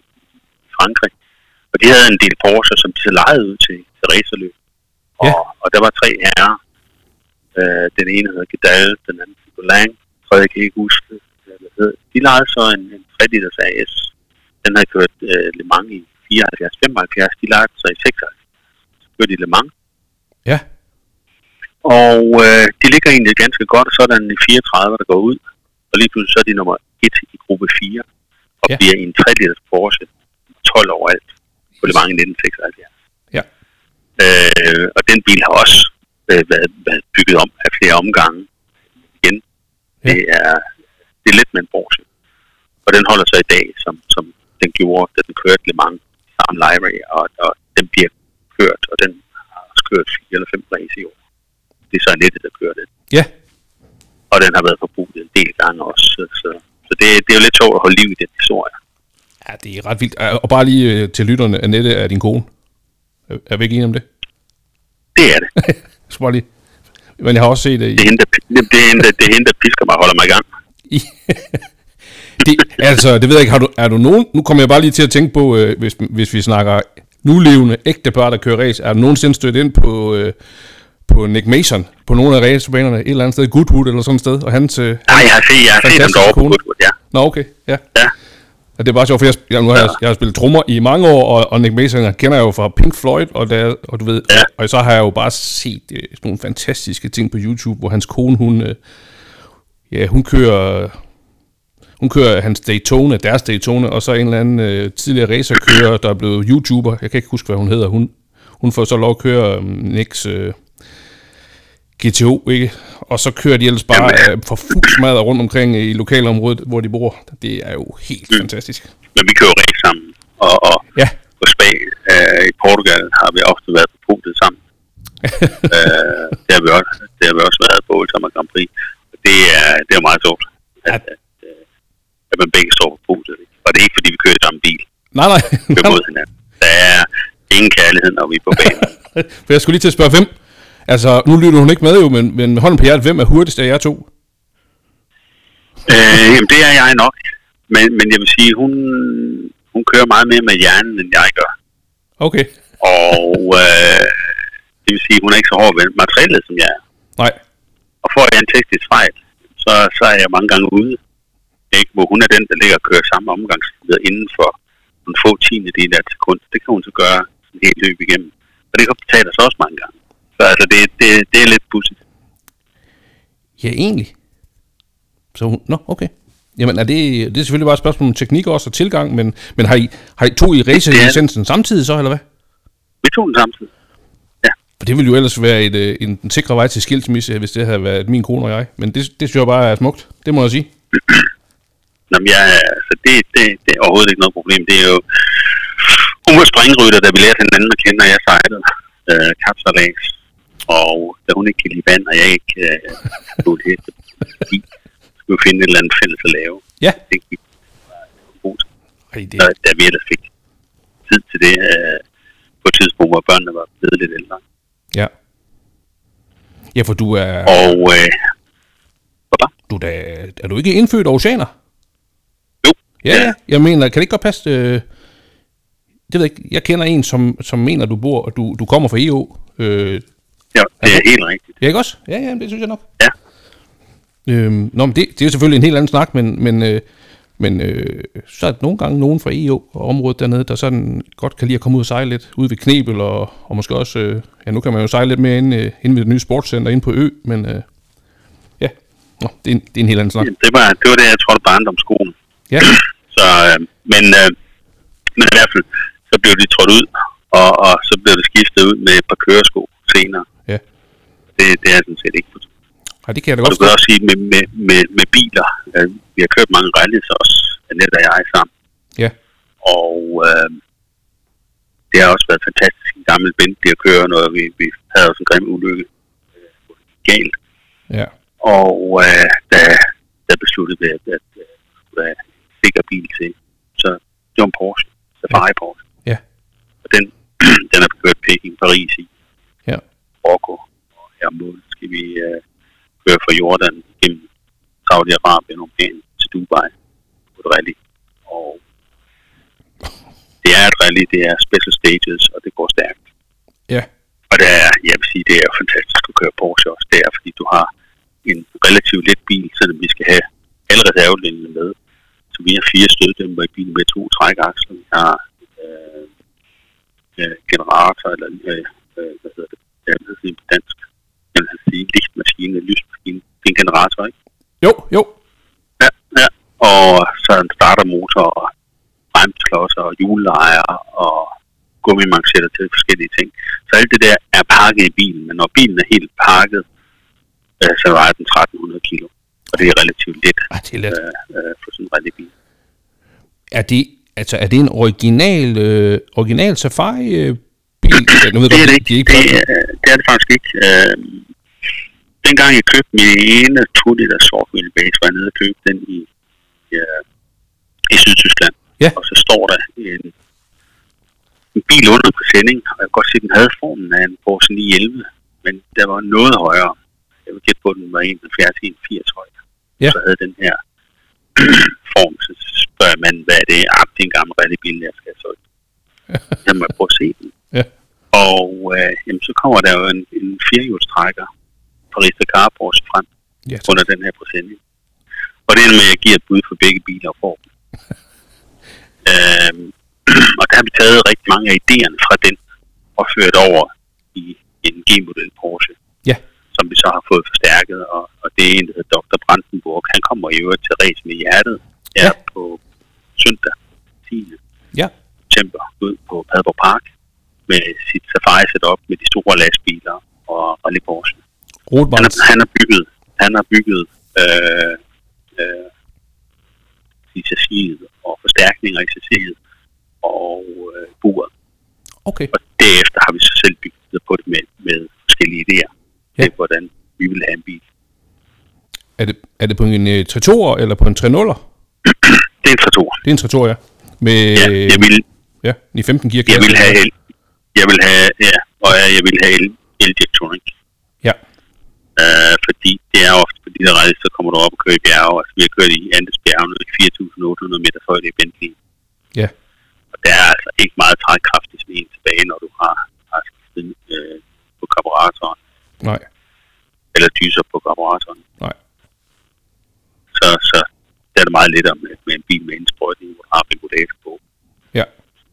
S2: Frankrig. Og de havde en del Porsche, som de så lejede ud til, til racerløb. Og,
S3: Ja.
S2: ja. og der var tre herrer. Øh, den ene hedder Gedal, den anden hed Golang, tredje kan jeg ikke huske, hvad det hed. De lejede så en, en 3 liters AS. Den havde kørt øh, Le Mans i 74-75, de lejede så i 76. Så kørte de Le Mans.
S3: ja,
S2: Og øh, de ligger egentlig ganske godt, og så er der en 34, der går ud. Og lige pludselig så er de nummer et i gruppe 4, og
S1: Ja.
S2: ja. bliver i en 3 liters Porsche, 12 overalt, på det mange i 1976.
S1: Ja.
S2: Øh, og den bil har også øh, været, været bygget om af flere omgange igen.
S1: Ja.
S2: Ja. Det, er, det er lidt med en Porsche. Og den holder sig i dag, som, som den gjorde, da den kørte Le Mans Farm Library, og, og den bliver kørt, og den har også kørt fire eller fem race i år. Det er så nettet, der kører den
S1: Ja,
S2: og den har været forbudt en del gange også. Så, så, så det, det er jo lidt sjovt at holde liv i den historie.
S1: ja det er ret vildt. Øh, Og bare lige øh, til lytterne, Annette er din kone. Er er vi ikke enige om det?
S2: Det er det.
S1: Jeg skal bare lige. Men jeg har også set øh, det i,
S2: Det er hende, der, det er hende, der, det er hende, der pisker mig og holder mig i gang.
S1: I- det, altså, det ved jeg ikke, har du, er du nogen, nu kommer jeg bare lige til at tænke på, øh, hvis, hvis vi snakker nulevende ægte par, der kører race, er du nogensinde stødt ind på, øh, på Nick Mason, på nogle af racebanerne, et eller andet sted, Goodwood eller sådan et sted, og hans, øh,
S2: Nej, jeg har set, jeg har set dem
S1: Fantastisk
S2: derovre på
S1: kone.
S2: Goodwood, ja.
S1: nå okay, ja.
S2: ja.
S1: Og det er bare sjovt, for jeg, jeg, nu har jeg, jeg har spillet trommer i mange år, og, og Nick Mason kender jeg jo fra Pink Floyd, og, der, og du ved,
S2: Ja.
S1: og så har jeg jo bare set øh, sådan nogle fantastiske ting på YouTube, hvor hans kone, hun, øh, ja, hun kører, hun kører hans Daytona, deres Daytona, og så en eller anden øh, tidligere racerkører, der er blevet YouTuber, jeg kan ikke huske, hvad hun hedder, hun, hun får så lov at køre øh, Nicks øh, GTO, ikke? Og så kører de ellers bare øh, for fuld smadret rundt omkring øh, i lokalområdet, hvor de bor. Det er jo helt fantastisk.
S2: Men vi kører race sammen, og, og
S1: Ja.
S2: på Spanien, øh, i Portugal, har vi ofte været på podiet sammen. øh, det, har vi også, det har vi også været på Ultima Grand Prix. Og Det er, det er meget sjovt, at,
S1: Ja.
S2: at, øh, at man begge står på podiet. Og det er ikke, fordi vi kører i samme bil.
S1: Nej, nej.
S2: kører mod hinanden. Der er ingen kærlighed, når vi er på banen.
S1: For jeg skulle lige til at spørge, hvem? Altså, nu lytter hun ikke med jo, men, men med hånden på hjertet, hvem er hurtigst af jer to?
S2: øh, jamen, det er jeg nok. Men, men jeg vil sige, hun, hun kører meget mere med hjernen, end jeg gør.
S1: Okay.
S2: Og øh, det vil sige, hun er ikke så hård ved materialet, som jeg er.
S1: Nej.
S2: Og får jeg en teknisk fejl, så, så er jeg mange gange ude. Ikke? Hvor hun er den, der ligger og kører samme omgangstider inden for en få tiende del af et sekund. Det kan hun så gøre sådan helt løb igennem. Og det kan betale sig også mange gange. Så altså, det, det, det er lidt pudsigt.
S1: Ja, egentlig. Så hun... Nå, okay. Jamen, er det, det er selvfølgelig bare et spørgsmål om teknik også og tilgang, men, men har, I, har I to i racerlicensen samtidig så, eller hvad?
S2: Vi tog den samtidig.
S1: For det ville jo ellers være et, øh, en, en sikre vej til skilsmisse, hvis det havde været min kone og jeg. Men det, det synes jeg bare er smukt. Det må jeg sige.
S2: Jamen, jeg, altså, det, det, det er overhovedet ikke noget problem. Det er jo... Hun var springrytter, da vi lærte hinanden at kende, og jeg sejlede øh, kapsalæs. Og da hun ikke kan lide vand, og jeg ikke øh, kunne lide det, fordi skulle vi finde et eller andet fælles at lave.
S1: Ja.
S2: Det gik godt.
S1: Ej, det,
S2: Da, da vi ellers fik tid til det, øh, på et tidspunkt, hvor børnene var blevet lidt ældre.
S1: ja. Ja, for du er,
S2: Og øh, hvad?
S1: du er, da, er du ikke indfødt oceaner?
S2: Jo.
S1: Ja, ja. Jeg mener, kan det ikke godt passe... Øh, det ved jeg ikke. Jeg kender en, som, som mener, du bor, og du, du kommer fra EU. Øh,
S2: ja, det er helt rigtigt.
S1: ja, ikke også? Ja, ja, det synes jeg nok.
S2: Ja.
S1: Øhm, nå, men det, det er jo selvfølgelig en helt anden snak, men, men, øh, men øh, så er der nogle gange nogen fra EU og området dernede, der sådan godt kan lide at komme ud og sejle lidt ude ved Knebel, og, og måske også, øh, ja, nu kan man jo sejle lidt mere inde, øh, inde ved det nye sportscenter inde på Ø, men øh, ja, nå, det, er en, det er en helt anden snak.
S2: Jamen, Det var det, var det jeg trådte barndomsskolen.
S1: Ja,
S2: Så, øh, men, øh, men i hvert fald, så blev de trådt ud, og, og så blev det skiftet ud med et par køresko senere.
S1: ja.
S2: Det, det er sådan set ikke forstået.
S1: Ej, det kan jeg da
S2: Og
S1: godt
S2: du kan også sige, med, med, med, med biler, øh, vi har kørt mange rallies også, Annette og jeg sammen,
S1: Ja,
S2: og øh, det har også været fantastisk. En gammel Bentley at køre, når vi, vi havde også en grim ulykke. øh, hvor det gik Galt.
S1: ja,
S2: Og øh, da, da besluttede vi, at, at, øh, skulle have en sikker bil til, så det var en Porsche, Safari Porsche.
S1: ja,
S2: Og den, den er kørt Peking, Paris i,
S1: ja.
S2: Marokko. Og her om måneden skal vi øh, køre fra Jordan gennem Saudi-Arabien og Oman til Dubai på et rally. Og det er et rally, det er special stages, og det går stærkt.
S1: ja.
S2: Og det er, jeg vil sige, det er jo fantastisk at køre Porsche også der, fordi du har en relativt let bil, selvom vi skal have alle reservelinjerne med. Så vi har fire støddæmper i bilen med to trækaksler. Vi har øh, øh, generator, eller øh, øh, hvad hedder det? Jeg ved det på dansk. Jeg vil sige, lysmaskine, lysmaskine. Det er en generator, ikke?
S1: Jo, jo,
S2: Ja. og så en startermotor og bremsklodser og hjullejer og gummimanchetter til forskellige ting. Så alt det der er pakket i bilen, men når bilen er helt pakket, øh, så vejer den 1300 kilo. Og det er relativt let
S3: Ej, det er let.
S2: øh, øh, for sådan en rallybil.
S1: Er det, altså, er det en original, øh, original safari-bil? Nu ved jeg
S2: Det er
S1: godt,
S2: det
S1: de
S2: ikke. Det,
S1: flot.
S2: er, det er det faktisk ikke. Øh, dengang jeg købte min ene 2 liter sort wheelbase, var jeg nede og købte den i, øh, i Sydtyskland.
S3: Ja.
S2: Og så står der en, en bil under på sending, og jeg kan godt se, at den havde formen af en Porsche 911, men der var noget højere. Jeg vil gætte på, at den var 71 81 høj.
S3: Ja.
S2: Så havde den her form, så spørger man, hvad er det? Ah, det er en gammel rallybil, jeg skal have solgt. Jeg må jeg prøve at se den.
S3: Ja.
S2: Og øh, jamen, så kommer der jo en, en firehjulstrækker fra Rista Carbors frem
S3: Ja, tak.
S2: under den her præsending. Og det er med, at jeg giver et bud for begge biler og får dem. øhm, og der har vi taget rigtig mange af idéerne fra den og ført over i en G-model Porsche,
S3: Ja.
S2: som vi så har fået forstærket. Og, og det er en, der hedder Dr. Brandenburg. Han kommer i øvrigt til Ræs med hjertet her
S3: Ja.
S2: ja. på søndag 10
S3: Ja.
S2: september ud på Padborg Park med sit safari setup med de store lastbiler og rally Porsche. Han,
S3: Rotbars.
S2: har- han har bygget, han har bygget øh, øh, i chassiset og forstærkninger i chassiset og øh, buret.
S3: Okay.
S2: Og derefter har vi så selv bygget videre på det med, med forskellige idéer
S3: Ja.
S2: ja. til, hvordan vi vil have en bil.
S1: Er det, er det på en øh, 3-2'er eller på en 3-0'er?
S2: Det er en traktor.
S1: Det er en 3-2'er, ja. Med,
S2: Øh, Ja, jeg vil,
S1: ja, i 15 gear.
S2: jeg vil have el. Jeg vil have, ja, og jeg- jeg vil have el, el-direktorik.
S1: Ja,
S2: Øh, fordi det er ofte på de der rejser, så kommer du op og kører i bjerge. Altså, vi har kørt i Andesbjergene i 4.800 meter højde i Bentley.
S1: ja.
S2: Og der er altså ikke meget trækkraft i sådan en tilbage, når du har, har skiftet øh, på karburatoren,
S1: Nej,
S2: eller dyser på karburatoren.
S1: nej.
S2: Så, så der er det meget lettere med, med en bil med indsprøjtning, hvor du har regulator på.
S1: Ja,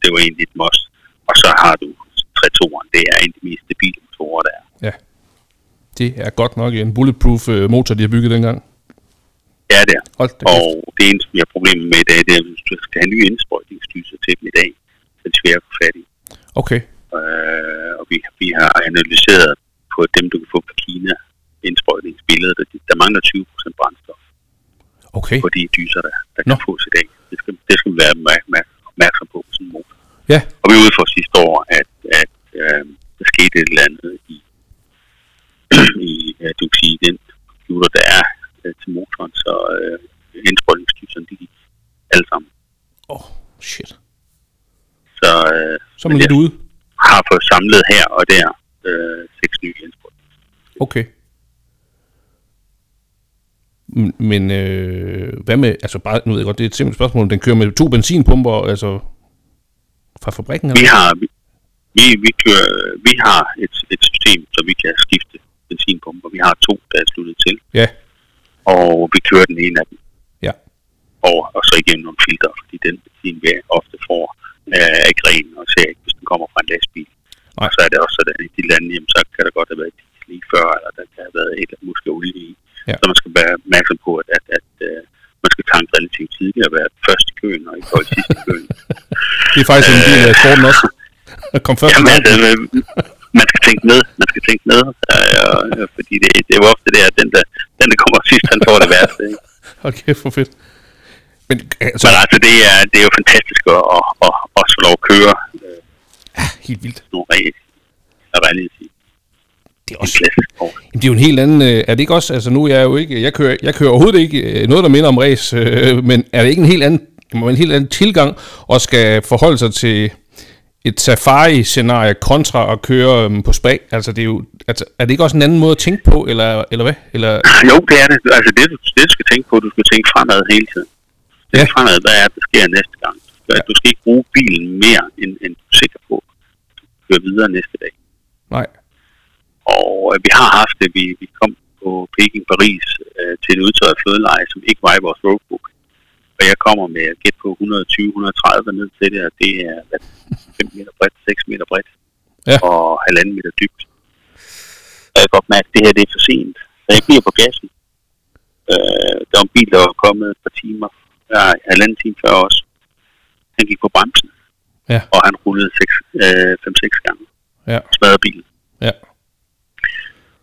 S2: Det var egentlig et must. Og så har du 3.2'eren, det er en af de mest stabile motorer, der er.
S1: ja. Det er godt nok en bulletproof øh, motor, de har bygget dengang.
S2: Ja, det er.
S1: Hold da
S2: Og
S1: kæft.
S2: det eneste, vi har problemer med i dag, det er, at hvis du skal have nye indsprøjtningsdyser til dem i dag, så er det svært at få fat i.
S1: Okay,
S2: Øh, og vi, vi har analyseret på dem, du kan få på Kina, indsprøjtningsbilledet, at de- der mangler 20 procent brændstof
S1: okay.
S2: på de dyser, der, der
S1: Nå.
S2: kan fås i dag. Det skal, det skal vi være opmær- opmær- opmærksom på på sådan en motor.
S1: Ja,
S2: Og vi er ude for sidste år, at, at øh, der skete et eller andet i, i øh, du kan sige, den computer, der er øh, til motoren, så øh, indsprøjtningsdyserne, de gik alle sammen.
S1: åh, oh, shit.
S2: Så, øh,
S1: Så er man
S2: men
S1: lidt ude.
S2: jeg har fået samlet her og der øh, seks nye indsprøjtninger.
S1: Okay. Men- Men øh, hvad med, altså bare, nu ved jeg godt, det er et simpelt spørgsmål, den kører med to benzinpumper, altså fra fabrikken?
S2: Vi
S1: Eller?
S2: har, vi, vi, vi, kører, vi har et, et system, så vi kan skifte benzinpumper. Vi har to, der er sluttet til,
S1: Ja,
S2: og vi kører den ene af dem
S1: ja,
S2: over, og så igennem nogle filter, fordi den benzin, vi ofte får, øh, er ikke ren, og ser ikke, hvis den kommer fra en lastbil.
S1: Nej.
S2: Og så er det også sådan, at i de lande, jamen, så kan der godt have været diesel lige før, eller der kan have været et eller andet muskeolie i.
S1: Ja.
S2: Så man skal være opmærksom på, at, at, at øh, man skal tanke relativt tidligt og være først i køen, og ikke holde sidst i køen.
S1: det er faktisk en del af sporten også. Kom først i
S2: Øh. Jamen,
S1: gang.
S2: altså, øh, man skal tænke med, man skal tænke med, øh, øh, fordi det, det er jo ofte det, at den der, den der kommer sidst, han får det værste. Ikke?
S1: Hold kæft, hvor fedt. Men altså,
S2: Men altså, det er, det er jo fantastisk at, at, at også få lov at køre øh,
S1: helt vildt.
S2: nogle regler, eller hvad jeg lige sige,
S1: Det er
S2: en
S1: også
S2: klassisk form.
S1: Jamen, det er jo en helt anden... Øh, er det ikke også... Altså, nu er jeg jo ikke... Jeg kører, jeg kører overhovedet ikke øh, noget, der minder om race, øh, men er det ikke en helt anden, en helt anden tilgang og skal forholde sig til et safari-scenarie kontra at køre øhm, på spa? Altså, det er, jo, altså, er det ikke også en anden måde at tænke på, eller, eller hvad? Eller,
S2: Jo, det er det. Altså, det, du- det du skal tænke på, du skal tænke fremad hele tiden.
S1: Ja.
S2: Det ja. fremad, hvad er det, der sker næste gang? Ja. Du skal ikke bruge bilen mere, end, end du er sikker på, at du kan køre videre næste dag.
S1: nej.
S2: Og øh, vi har haft det. Vi, vi kom på Peking Paris øh, til en udtøjet flødeleje, som ikke var i vores roadbook. Og jeg kommer med at gætte på 120-130 ned til det, og det er 5 meter bredt, 6 meter bredt
S1: Ja.
S2: og halvanden meter dybt. Og jeg kan godt mærke, at det her det er for sent. Så jeg bliver på gassen. Øh, der var en bil, der var kommet et par timer ja, halvanden time før også. Han gik på bremsen.
S1: Ja.
S2: Og han rullede 5-6 øh, fem, seks gange.
S1: Ja.
S2: Smadrede bilen.
S1: Ja.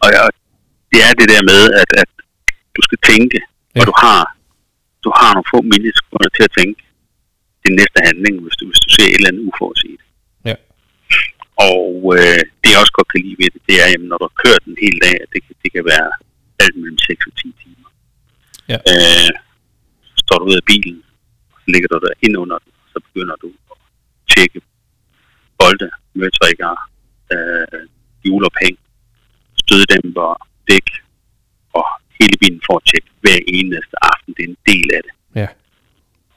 S2: Og ja, det er det der med, at, at du skal tænke, ja.
S1: Ja.
S2: og du har, du har nogle få millisekunder til at tænke din næste handling, hvis du, hvis du ser et eller andet uforudset.
S1: Ja.
S2: Og øh, det jeg også godt kan lide ved det, det er, jamen, når du har kørt den hele dag, det, kan- det kan være alt mellem 6 og 10 timer.
S1: Ja.
S2: Øh, så står du ud af bilen, så ligger du der ind under den, så begynder du at tjekke bolde, møtrikker, øh, hjulophæng, støddæmper, dæk, og hele bilen får et tjek hver eneste aften. Det er en del af det.
S1: Ja.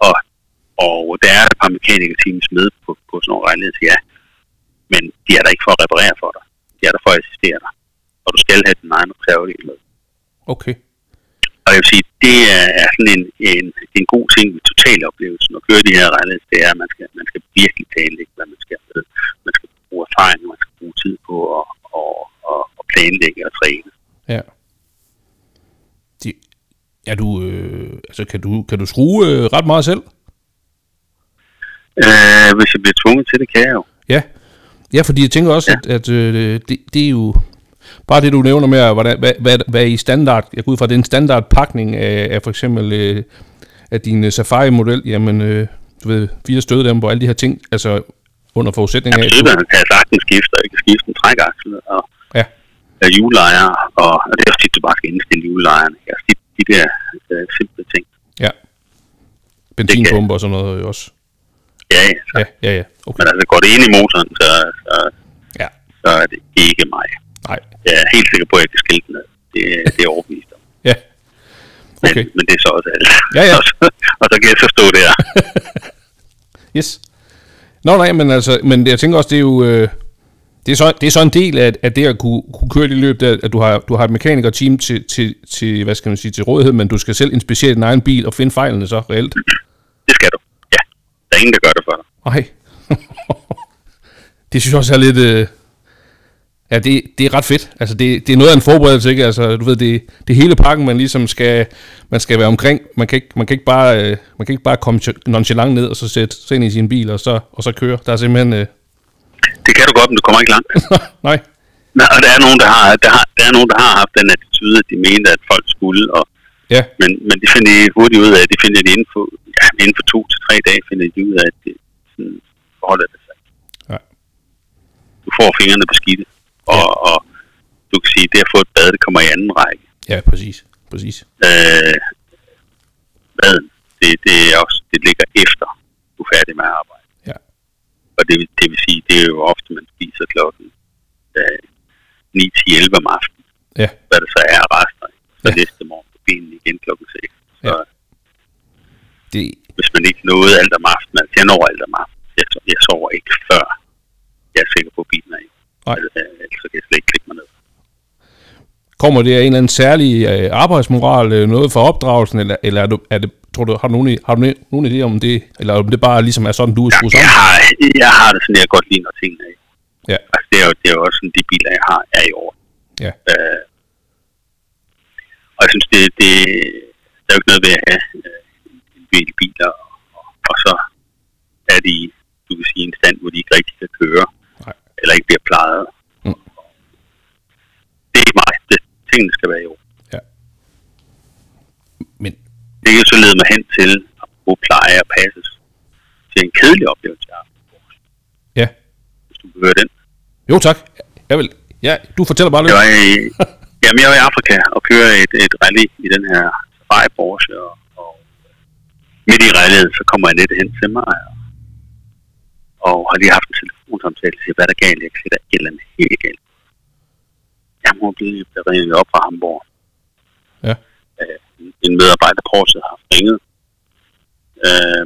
S2: Og, og der er et par mekanikerteams med på, på sådan nogle rejligheder, ja. Men de er der ikke for at reparere for dig. De er der for at assistere dig. Og du skal have den egen reservedel med.
S1: Okay.
S2: Og jeg vil sige, det er er sådan en, en, en god ting ved totaloplevelsen at køre de her rejlæs, det er, at man skal, man skal virkelig planlægge, hvad man skal med. Man skal bruge erfaring, man skal bruge tid på at, at, at, at planlægge og træne.
S1: Ja. De, er du, øh, altså kan du, kan du skrue øh, ret meget selv?
S2: Øh, hvis jeg bliver tvunget til det, kan jeg jo.
S1: Ja. Ja, fordi jeg tænker også, ja. at, at øh, det, det er jo... Bare det, du nævner med, hvordan, hvad, hvad, hvad i standard... Jeg går ud fra, at det er en standardpakning af, af for eksempel øh, af din øh, Safari-model. Jamen, øh, du ved, fire støddæmper og alle de her ting. Altså, under forudsætning af...
S2: Ja,
S1: at du-
S2: Stødbærerne kan sagtens skifte, og ikke skifte en trækaksel, og
S1: Ja,
S2: øh, julelejer, og, og det er også tit, du bare skal indstille julelejerne. Ja, de, de der øh, simple ting.
S1: ja. Benzinpumper og sådan noget øh, også.
S2: Ja, ja.
S1: Ja, ja, ja. Okay.
S2: men altså går det ind i motoren, så, så,
S1: Ja,
S2: så er det ikke mig.
S1: nej.
S2: Jeg er helt sikker på, at jeg kan skille den ad. Det, det er jeg overbevist om.
S1: Ja.
S2: Men,
S1: Okay.
S2: men det er så også alt.
S1: Ja, ja.
S2: og, så, og så kan jeg så stå der.
S1: Yes. Nå nej, men altså, men jeg tænker også, det er jo, øh, det er så, det er så en del af, af det at kunne, kunne køre det løb, der, at du har, du har et mekanikerteam til, til, til, hvad skal man sige, til rådighed, men du skal selv inspicere din egen bil og finde fejlene så reelt.
S2: Det skal du. Ja. Der er ingen, der gør det for dig.
S1: Nej. det synes jeg også er lidt, øh, ja, det, det er ret fedt. Altså, det, det er noget af en forberedelse, ikke? Altså, du ved, det, det er hele pakken, man ligesom skal, man skal være omkring. Man kan ikke, man kan ikke bare, øh, man kan ikke bare komme nonchalant ned og så sætte sig ind i sin bil og så, og så køre. Der er simpelthen, øh,
S2: Det kan du godt, men du kommer ikke langt.
S1: Nej.
S2: Nå, og der er nogen, der har, der, har, der er nogen, der har haft den attitude, at de mente, at folk skulle, og
S1: Ja,
S2: Men, men det finder de hurtigt ud af, det finder de inden for, ja, inden for to til tre dage, finder de ud af, at det sådan forholder det sig.
S1: Nej.
S2: Du får fingrene på skidtet, og, ja. og du kan sige, at det at få et bad, det kommer i anden række.
S1: ja, præcis. Præcis.
S2: Øh, baden, det, det, er også, det ligger efter, du er færdig med at arbejde.
S1: Ja.
S2: Og det, vil- det vil sige, det er jo ofte, man spiser klokken øh, 9-11 om aftenen,
S1: Ja,
S2: hvad det så er af rester. ikke? Så
S1: Ja.
S2: ja. næste morgen på benene igen klokken 6. Så,
S1: Ja.
S2: ja.
S1: det,
S2: hvis man ikke nåede alt om aftenen. Altså, jeg når alt om aftenen. Jeg, so- jeg sover ikke før jeg er sikker på, at bilen er i.
S1: Nej.
S2: Altså, øh, Ellers så kan jeg slet ikke klikke mig ned.
S1: kommer det af en eller anden særlig øh, arbejdsmoral, øh, noget for opdragelsen, eller, eller er du, er det, tror du, har du nogen, i- har du ne- nogen idé om det, eller om det bare ligesom er sådan, du er skruet
S2: Jeg
S1: sammen?
S2: har, jeg har det sådan, jeg godt lide, når tingene er i.
S1: Ja.
S2: Altså, det er, jo, det er jo også sådan, de biler, jeg har, er i orden.
S1: Ja.
S2: Øh, og jeg synes, det, det, der er jo ikke noget ved at have øh, en bil biler, og, og så er de, du kan sige, i en stand, hvor de ikke rigtig kan køre,
S1: Nej.
S2: eller ikke bliver plejet.
S1: Mm.
S2: Det er ikke mig. Det, tingene skal være i orden.
S1: Men,
S2: Det kan jo så lede mig hen til, hvor pleje og passes til en kedelig oplevelse, jeg har haft,
S1: ja.
S2: hvis du kan høre den.
S1: Jo tak. Jeg vil, ja, du fortæller bare
S2: Jeg
S1: lidt.
S2: var i, jamen, jeg var i Afrika og kører et, et rally i den her Safari Porsche, og, og midt i rallyet, så kommer Annette hen til mig, og, og har lige haft en telefonsamtale, og siger, hvad er der galt? Jeg kan se, der er et eller andet helt galt. Jamen, hun blev blev ringet op fra Hamburg.
S1: Ja.
S2: Øh, en medarbejder på Porsche har ringet. Øh,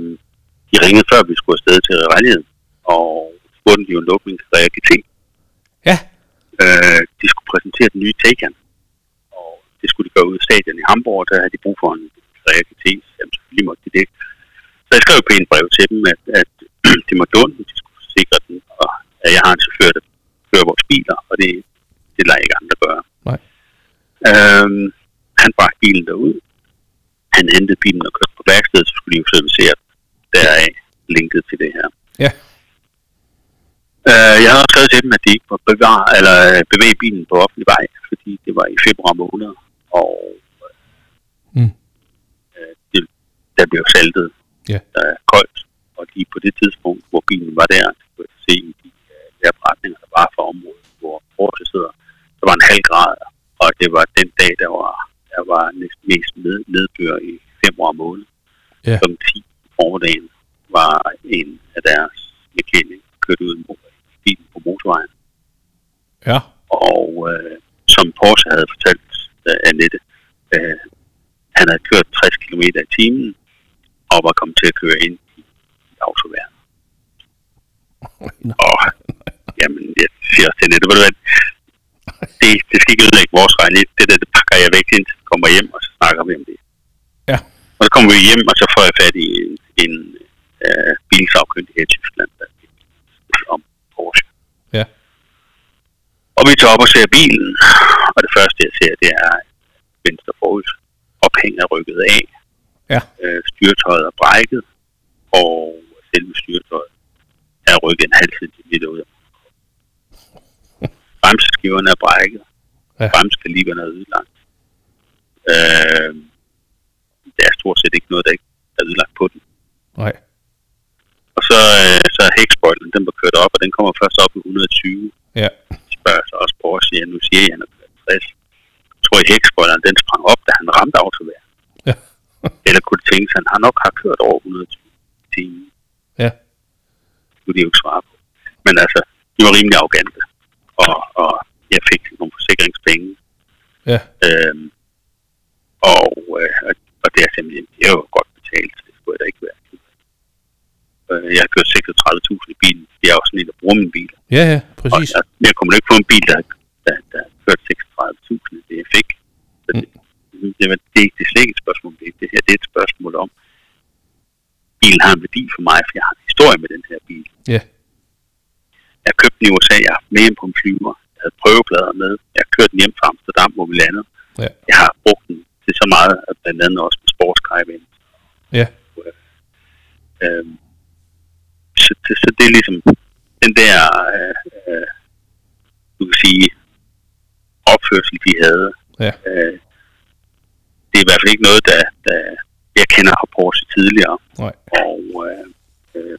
S2: de ringede før, vi skulle afsted til rallyet, og spurgte, om de jo lukke min Carrera GT.
S1: Ja.
S2: Øh, de skulle præsentere den nye Taycan. Og det skulle de gøre ud af stadion i Hamburg, og der havde de brug for en Carrera GT. Jamen, selvfølgelig måtte de det. Så jeg skrev på en brev til dem, at, at de måtte låne den, de skulle sikre den, og at jeg har en chauffør, der kører vores biler, og det, det lader jeg ikke andre gøre.
S1: Nej.
S2: Øhm, han bragte bilen derud. Han hentede bilen og kørte på på værkstedet, så skulle de jo servicere den. Deraf linket til det her.
S1: Ja.
S2: Øh, jeg har også skrevet til dem, at de ikke må bevare, eller øh, bevæge bilen på offentlig vej, fordi det var i februar måned, og
S1: Mm.
S2: mm. øh, det, der blev saltet
S1: Ja.
S2: der er koldt, og lige på det tidspunkt, hvor bilen var der, det kunne jeg se i de øh, vejrberetninger, der var fra området, hvor Porsche sidder, der var en halv grad, og det var den dag, der var, der var næsten mest ned, nedbør i februar måned.
S1: Ja.
S2: Som 10 formiddagen var en af deres mekanikere kørt ud mod bilen på motorvejen,
S1: Ja.
S2: og øh, som Porsche havde fortalt øh, Annette, øh, han havde kørt 60 km i timen, og var kommet til at køre ind i autoværn.
S1: Nå.
S2: Og jamen, jeg siger også til Annette, ved du hvad, det, det skal ikke ødelægge vores regning. Det der, det pakker jeg væk indtil vi kommer hjem, og så snakker vi om det.
S1: Ja.
S2: Og så kommer vi hjem, og så får jeg fat i en, en øh, bilsafkyndig her i Tyskland, der om Porsche.
S1: Ja.
S2: Og vi tager op og ser bilen, og det første jeg ser, det er at venstre forhjul. Ophæng er rykket af.
S1: Ja.
S2: Øh, styretøjet er brækket, og selve styretøjet er rykket en halv centimeter ud af underkroppen. Bremseskiverne er brækket.
S1: Ja.
S2: Ja. Bremskaliberne er ødelagt. Øh, der er stort set ikke noget, der ikke er ødelagt på den.
S1: Nej.
S2: Og så, øh, så er hækspoilen, den var kørt op, og den kommer først op i 120
S1: Ja.
S2: spørger sig også Porsche, ja, nu siger jeg, han er blevet 60. Jeg tror I hækspoileren, den sprang op, da han ramte autoværen?
S1: Ja.
S2: Eller kunne det tænkes, at han har nok har kørt over 120 timer?
S1: Ja.
S2: Det kunne de jo ikke svare på. Men altså, de var rimelig arrogante. Og, og jeg fik nogle forsikringspenge.
S1: Ja.
S2: Øhm, og, øh, og- og det er simpelthen, det er jo godt betalt, så det skulle jeg da ikke være. ked af. Øh, Jeg har kørt 36.000 i bilen. Jeg er jo sådan en, der bruger min bil.
S1: Ja, ja,
S2: Og
S1: præcis.
S2: jeg, jeg kunne ikke få en bil, der, der, der kørte 36.000, af det jeg fik. Så det,
S1: Mm.
S2: det, var- det, er ikke- det er slet ikke et spørgsmål om det. Det her det er et spørgsmål om, bilen har en værdi for mig, for jeg har en historie med den her bil.
S1: Ja.
S2: Jeg købte den i USA, jeg har haft den med hjem på en flyver, jeg havde prøveplader med, jeg kørte den hjem fra Amsterdam, hvor vi landede.
S1: Ja.
S2: Jeg har brugt den til så meget, at blandt andet også med sportskrejvind.
S1: Ja.
S2: Øhm, så, så, så det er ligesom den der, øh, øh, du kan sige, opførsel, de havde.
S1: Ja.
S2: Øh, det er i hvert fald ikke noget, der, der jeg kender fra Porsche tidligere.
S1: Nej.
S2: Og øh, øh,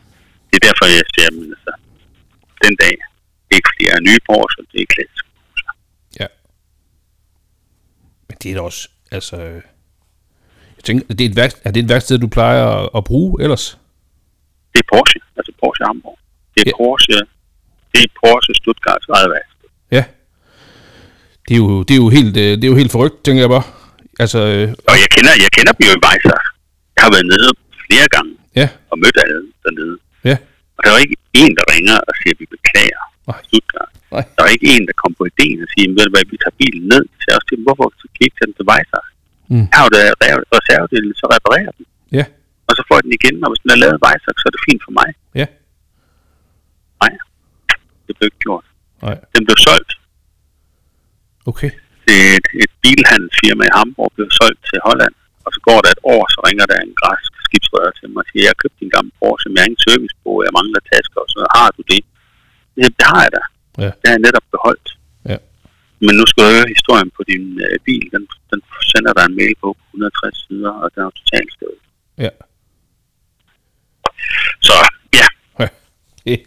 S2: det er derfor, jeg siger, at altså, den dag, det er ikke flere nye Porsche, det er klassisk.
S1: Ja. Men det er da også, altså... øh, Jeg tænker, er det et, værk, er det et værksted, du plejer at, at bruge ellers?
S2: Det er Porsche, altså Porsche Amborg. Det er
S1: Ja.
S2: Porsche, det er Porsche Stuttgarts eget værk.
S1: Ja. Det er jo, det er jo helt, øh, det er jo helt forrygt, tænker jeg bare. Altså, øh,
S2: Og jeg kender, jeg kender dem jo i Vejser. Jeg har været nede flere gange
S1: ja,
S2: og mødt alle dernede.
S1: ja,
S2: Og der er ikke en, der ringer og siger, at vi beklager.
S1: Nej.
S2: Stuttgart.
S1: Nej.
S2: Der er ikke en, der kom på ideen og siger, "Men ved du hvad, vi tager bilen ned. Så jeg også til dem, hvorfor så kan I ikke tage den til Vejser?
S1: Mm.
S2: Jeg har jo da re- reservedelen, så reparerer jeg den.
S1: ja,
S2: Og så får jeg den igen, og hvis den er lavet i Vejser, så er det fint for mig.
S1: ja.
S2: Nej, det blev ikke gjort.
S1: Nej,
S2: Den blev solgt.
S1: okay.
S2: Det er et, et bilhandelsfirma i Hamburg, blev solgt til Holland. Og så går der et år, så ringer der en græsk skibsreder til mig og siger, jeg har købt din gamle Porsche, men jeg har ingen service på, jeg mangler tasker og sådan noget. Har du det? Jamen, det har jeg da.
S1: Ja.
S2: Det har jeg netop beholdt.
S1: Ja.
S2: Men nu skal du høre historien på din øh, bil. Den, den sender dig en mail på 160 sider, og den er totalt skrevet.
S1: Ja.
S2: Så ja,
S1: Eh,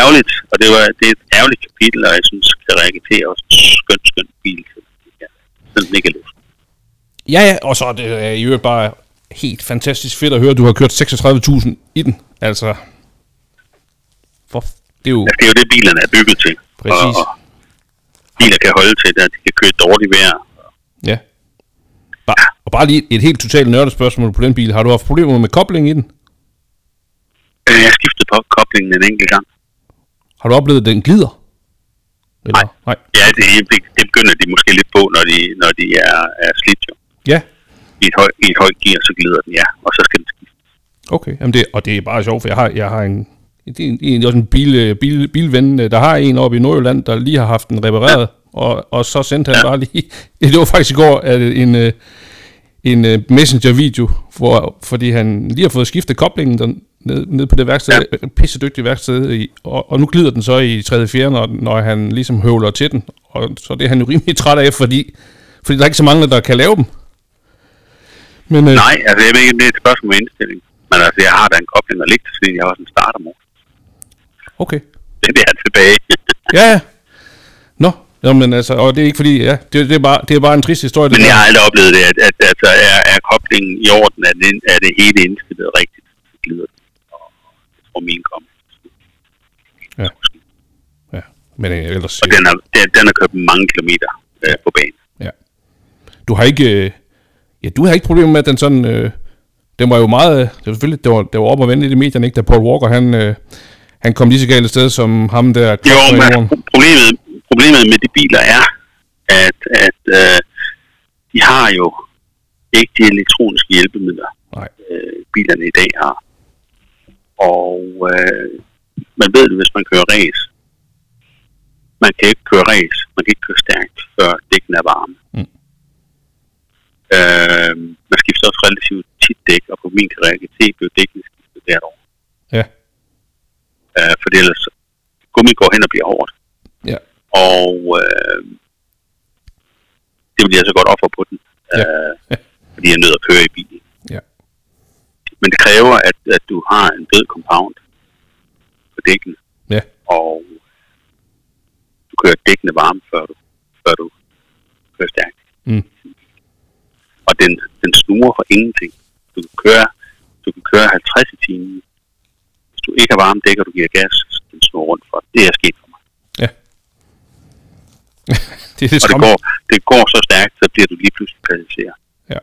S2: ærgerligt. Og det, var, det er et ærgerligt kapitel, og jeg synes, det reagerer også en skøn, skøn bil til det her. Sådan ikke er løst.
S1: Ja, ja, og så er det øh, i øvrigt bare helt fantastisk fedt at høre, at du har kørt 36.000 i den. Altså, for, det er jo...
S2: Altså, det er jo det, bilerne er bygget til.
S1: Præcis.
S2: Og, og biler kan holde til det, at de kan køre i dårligt vejr.
S1: Ja. Bare, og bare lige et helt totalt nørdespørgsmål på den bil. Har du haft problemer med koblingen i den?
S2: Øh, Jeg skiftede på koblingen en enkelt gang.
S1: Har du oplevet, at den glider? Eller?
S2: Nej.
S1: Nej.
S2: Ja, det, det, det begynder de måske lidt på, når de, når de er, er slidt jo.
S1: Ja,
S2: I et, høj, I et højt gear, så glider den, ja. Og så skal den skifte.
S1: okay. Jamen det, og det er bare sjovt, for jeg har, jeg har en... Det er en- egentlig også en bil, øh, bil, bilven, øh, der har en oppe i Nordjylland, der lige har haft den repareret, og, og så sendte han bare lige... Det var faktisk i går, at en, øh, en øh, messenger-video, hvor, fordi han lige har fået skiftet koblingen den, ned, ned på det værksted, ja. pissedygtige værksted, i, og, og nu glider den så i 3. 4. Når, når han ligesom høvler til den, og så er det han jo rimelig træt af, fordi, fordi der er ikke så mange, der kan lave dem. Men, øh,
S2: Nej, altså jeg ved ikke, om det er et spørgsmål med indstilling. Men altså, jeg har da en kobling og ligge, siden jeg har også en startermotor.
S1: okay.
S2: Det er jeg tilbage.
S1: Ja, ja. Nå, jamen altså, og det er ikke fordi, ja, det, det, er, bare, det er bare en trist historie. Det
S2: Men
S1: der.
S2: jeg har aldrig oplevet det, at, at altså, er, er koblingen i orden, er det, er det hele indstillet rigtigt, så glider det. Og jeg tror, min kom.
S1: Ja. ja. Men øh, ellers,
S2: Og den har, den, den har kørt mange kilometer øh, på banen.
S1: ja. Du har ikke, øh, ja, du har ikke problemer med, at den sådan, øh, den var jo meget, øh, det var selvfølgelig, det var, det var op og vende lidt i medierne, ikke, da Paul Walker, han, øh, han kom lige så galt afsted som ham der.
S2: Jo,
S1: Klopp i
S2: men
S1: jorden.
S2: problemet, problemet med de biler er, at, at øh, de har jo ikke de elektroniske hjælpemidler,
S1: Nej,
S2: øh, bilerne i dag har. Og øh, man ved det, hvis man kører race. Man kan ikke køre race, man kan ikke køre stærkt, før dækken er varme.
S1: Mm.
S2: Mm. Øh, man skifter også relativt tit dæk, og på min karriere blev dækken skiftet hvert år.
S1: ja,
S2: Øh, for ellers gummi går hen og bliver hårdt.
S1: ja,
S2: Og øh, det vil jeg så godt offer på den,
S1: Ja.
S2: øh, fordi jeg er nødt at køre i bilen.
S1: ja,
S2: Men det kræver, at, at du har en død compound på dækkene,
S1: ja,
S2: og du kører dækkene varme, før du, før du kører stærkt.
S1: Mm.
S2: Og den, den snuger for ingenting. Du kan køre, du kan køre 50 i timen. Hvis du ikke har varme dæk, og du giver gas, så den snurrer rundt for dig. Det er sket for mig.
S1: ja. det er det
S2: Og det
S1: samme.
S2: går, det går så stærkt, så bliver du lige pludselig passager.
S1: Ja.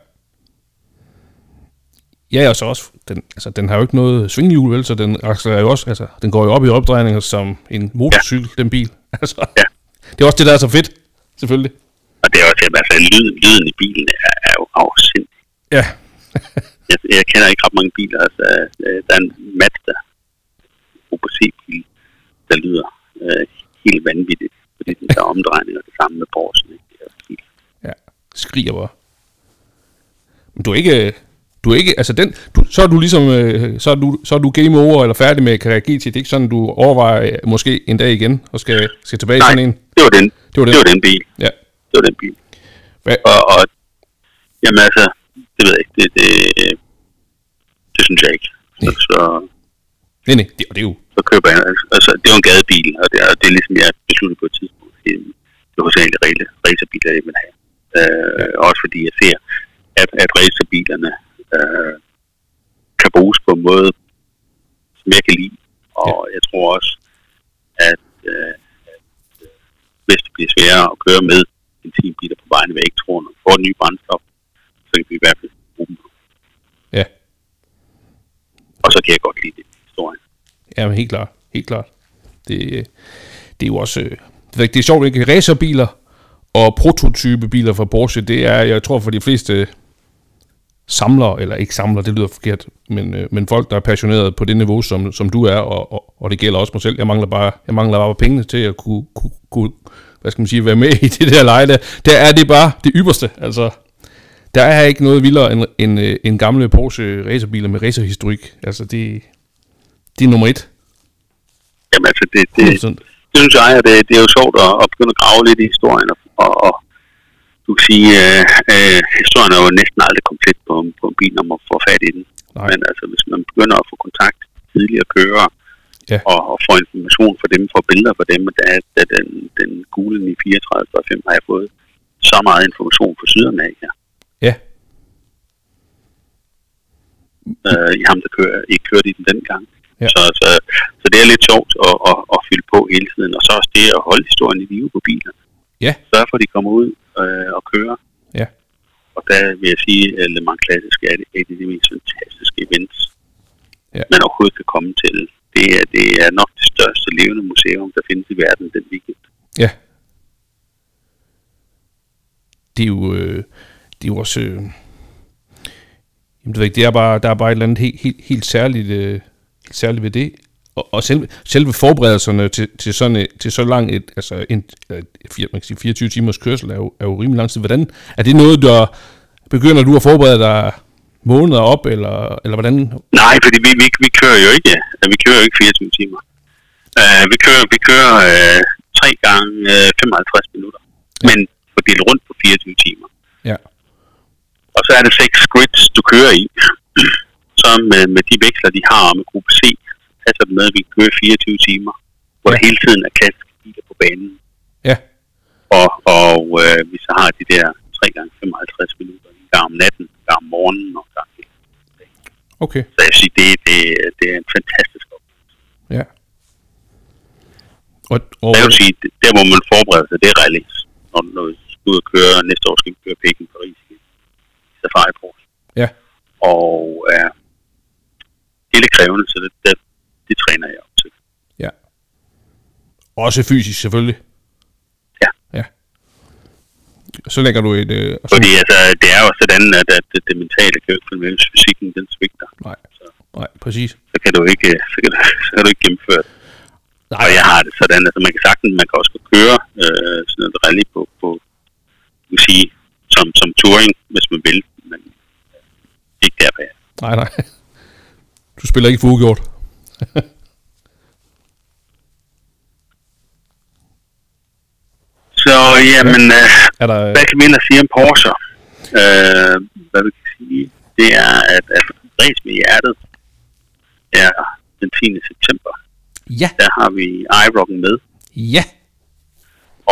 S1: Ja, og så også, den, altså, den har jo ikke noget svinghjul, vel, så den accelererer jo også, altså, den går jo op i opdrejninger som en motorcykel, ja. den bil. Altså,
S2: Ja.
S1: Det er også det, der er så fedt, selvfølgelig.
S2: Og det er også, jamen, altså, lyden, lyden i bilen er, er jo afsindig.
S1: Ja,
S2: jeg, jeg kender ikke ret mange biler. Altså, øh, der er en Mazda opc bil der lyder øh, helt vanvittigt, fordi den der omdrejning og det samme med Porsche. ikke? Det er helt-
S1: ja. Skriger bare. Men du er ikke, du er ikke, altså den, du, så er du ligesom, øh, så er du, så er du game over eller færdig med Carrera GT, det er ikke sådan, du overvejer øh, måske en dag igen, og skal, skal tilbage i
S2: Nej,
S1: sådan en.
S2: det var, den,
S1: Det var den.
S2: det var den bil.
S1: Ja.
S2: Det var den bil.
S1: Hvad,
S2: Og, og jamen altså, det ved jeg ikke. Det, det, det synes jeg ikke. Så, så,
S1: nej, nej, det, og det er jo,
S2: så køber jeg... Altså, det var en gadebil, og det, og det er ligesom, jeg besluttede på et tidspunkt. Det det var hovedsageligt regler, racerbiler, jeg vil have. Øh, også fordi jeg ser, at, at racerbilerne øh, kan bruges på en måde, som jeg kan lide. Og jeg tror også, at øh, hvis det bliver sværere at køre med en 10 biler på vejen, hvad jeg ikke tror, når vi får den nye brændstof, så kan vi i hvert fald bruge dem.
S1: ja.
S2: Og så kan jeg godt lide det historien.
S1: Ja, men helt klart. Helt klart. Det, øh, det er jo også... øh, det ved jeg ikke, Det er sjovt, ikke? Racerbiler og prototypebiler fra Porsche, det er, jeg tror, for de fleste samlere, eller ikke samlere, det lyder forkert, men, øh, men folk, der er passionerede på det niveau, som, som du er, og, og, og det gælder også mig selv. Jeg mangler bare, jeg mangler bare pengene til at kunne, kunne, kunne hvad skal man sige, være med i det der leje der. Der er det bare det ypperste, altså. Der er ikke noget vildere end, end, øh, end gamle Porsche racerbiler med racerhistorik. Altså, det, det er nummer et.
S2: Jamen altså, det, det,
S1: 100%.
S2: det synes jeg, at det, det er jo sjovt at, at begynde at grave lidt i historien, og, og, og du kan sige, øh, øh, historien er jo næsten aldrig komplet på, en- på en bil, når man får fat i den.
S1: Nej.
S2: Men altså, hvis man begynder at få kontakt til tidligere kører,
S1: Ja.
S2: og, og får information fra dem, får billeder fra dem, og da, da den, den gule i 34 og 5 har jeg fået så meget information fra Sydamerika.
S1: Ja,
S2: øh, i ham, der kører, ikke kørte i den dengang.
S1: Ja.
S2: Ja. Så, så, så det er lidt sjovt at, at, at fylde på hele tiden, og så også det at holde historien i live på bilerne.
S1: Ja.
S2: Sørge for, at de kommer ud øh, og kører.
S1: Ja.
S2: Og der vil jeg sige, at Le Mans Klassisk er et- et af de mest fantastiske events,
S1: Ja.
S2: man overhovedet kan komme til. Det er, det er nok det største levende museum, der findes i verden den weekend.
S1: ja. Det er jo, øh, det er jo også... Øh, jamen, det ved jeg ikke, det er bare, der er bare et eller andet helt, helt, helt, særligt, øh, helt særligt ved det. Og, og selve, selve forberedelserne til, til, sådan, et- til så lang et, øh, altså en, øh, fire- man kan sige 24 timers kørsel er jo, er jo rimelig lang tid. Hvordan, er det noget, der, Begynder du at forberede dig måneder op, eller, eller hvordan?
S2: Nej, fordi vi, vi, vi kører jo ikke. øh, Vi kører jo ikke 24 timer. Uh, vi kører, vi kører uh, 3 gange uh, 55 minutter. Ja. Men fordelt rundt på 24 timer.
S1: Ja.
S2: Og så er det seks grids, du kører i. Så med, med de veksler, de har med gruppe C, passer det med, at vi kører 24 timer, hvor
S1: Ja.
S2: ja. der hele tiden er klassiske biler på banen.
S1: Ja.
S2: Og, og øh, vi så har de der 3 gange 55 minutter, en gang om natten, en gang om morgenen og en gang om
S1: Okay.
S2: Så jeg vil sige, det, det, det er en fantastisk oplevelse.
S1: Ja. Og, og,
S2: Jeg vil sige, det, der hvor man forbereder sig, det er rallys. Når, når vi skal ud og køre, næste år skal vi køre Peking Paris i Safari Pro.
S1: ja.
S2: Og øh, det er lidt krævende, så det, det, det træner jeg op til.
S1: Ja. Også fysisk, selvfølgelig.
S2: Ja.
S1: Ja. Så lægger du et... Øh, og så,
S2: Fordi altså, det er jo sådan, at, at det, det mentale kan jo ikke følge med, hvis fysikken den svigter.
S1: nej, nej, præcis.
S2: Så kan du ikke, så kan du, så kan du ikke gennemføre det.
S1: Nej.
S2: Og jeg har det sådan, altså man kan sagtens, man kan også godt køre øh, sådan noget rally på, på man kan sige, som, som touring, hvis man vil, men ikke der, hvor jeg er.
S1: Nej, nej. Du spiller ikke for ugjort.
S2: Så jamen, øh,
S1: Er der...
S2: Hvad kan vi ellers sige om Porsche? Øh, hvad vi kan sige, det er, at, at Ræs med hjertet er den 10. september.
S1: Ja.
S2: Der har vi iRocken med,
S1: Ja.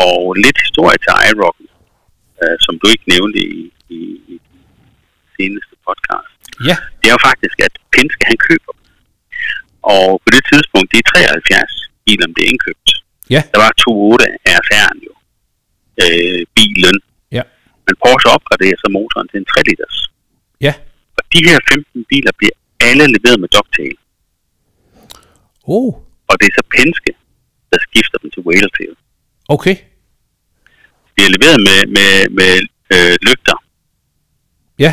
S2: og lidt historie til iRocken, øh, som du ikke nævnte i, i, i den seneste podcast.
S1: Ja.
S2: Det er jo faktisk, at Penske han køber. Og på det tidspunkt, de er 73 biler, om det er indkøbt.
S1: Ja.
S2: Der var 2.8 af RSR'en jo. Øh, bilen.
S1: Ja.
S2: Men Porsche opgraderer så motoren til en 3 liters.
S1: Ja.
S2: Og de her 15 biler bliver alle leveret med dogtail.
S1: Oh,
S2: Og det er så Penske, der skifter dem til whaletail.
S1: okay.
S2: De er leveret med, med, med øh, lygter.
S1: Ja.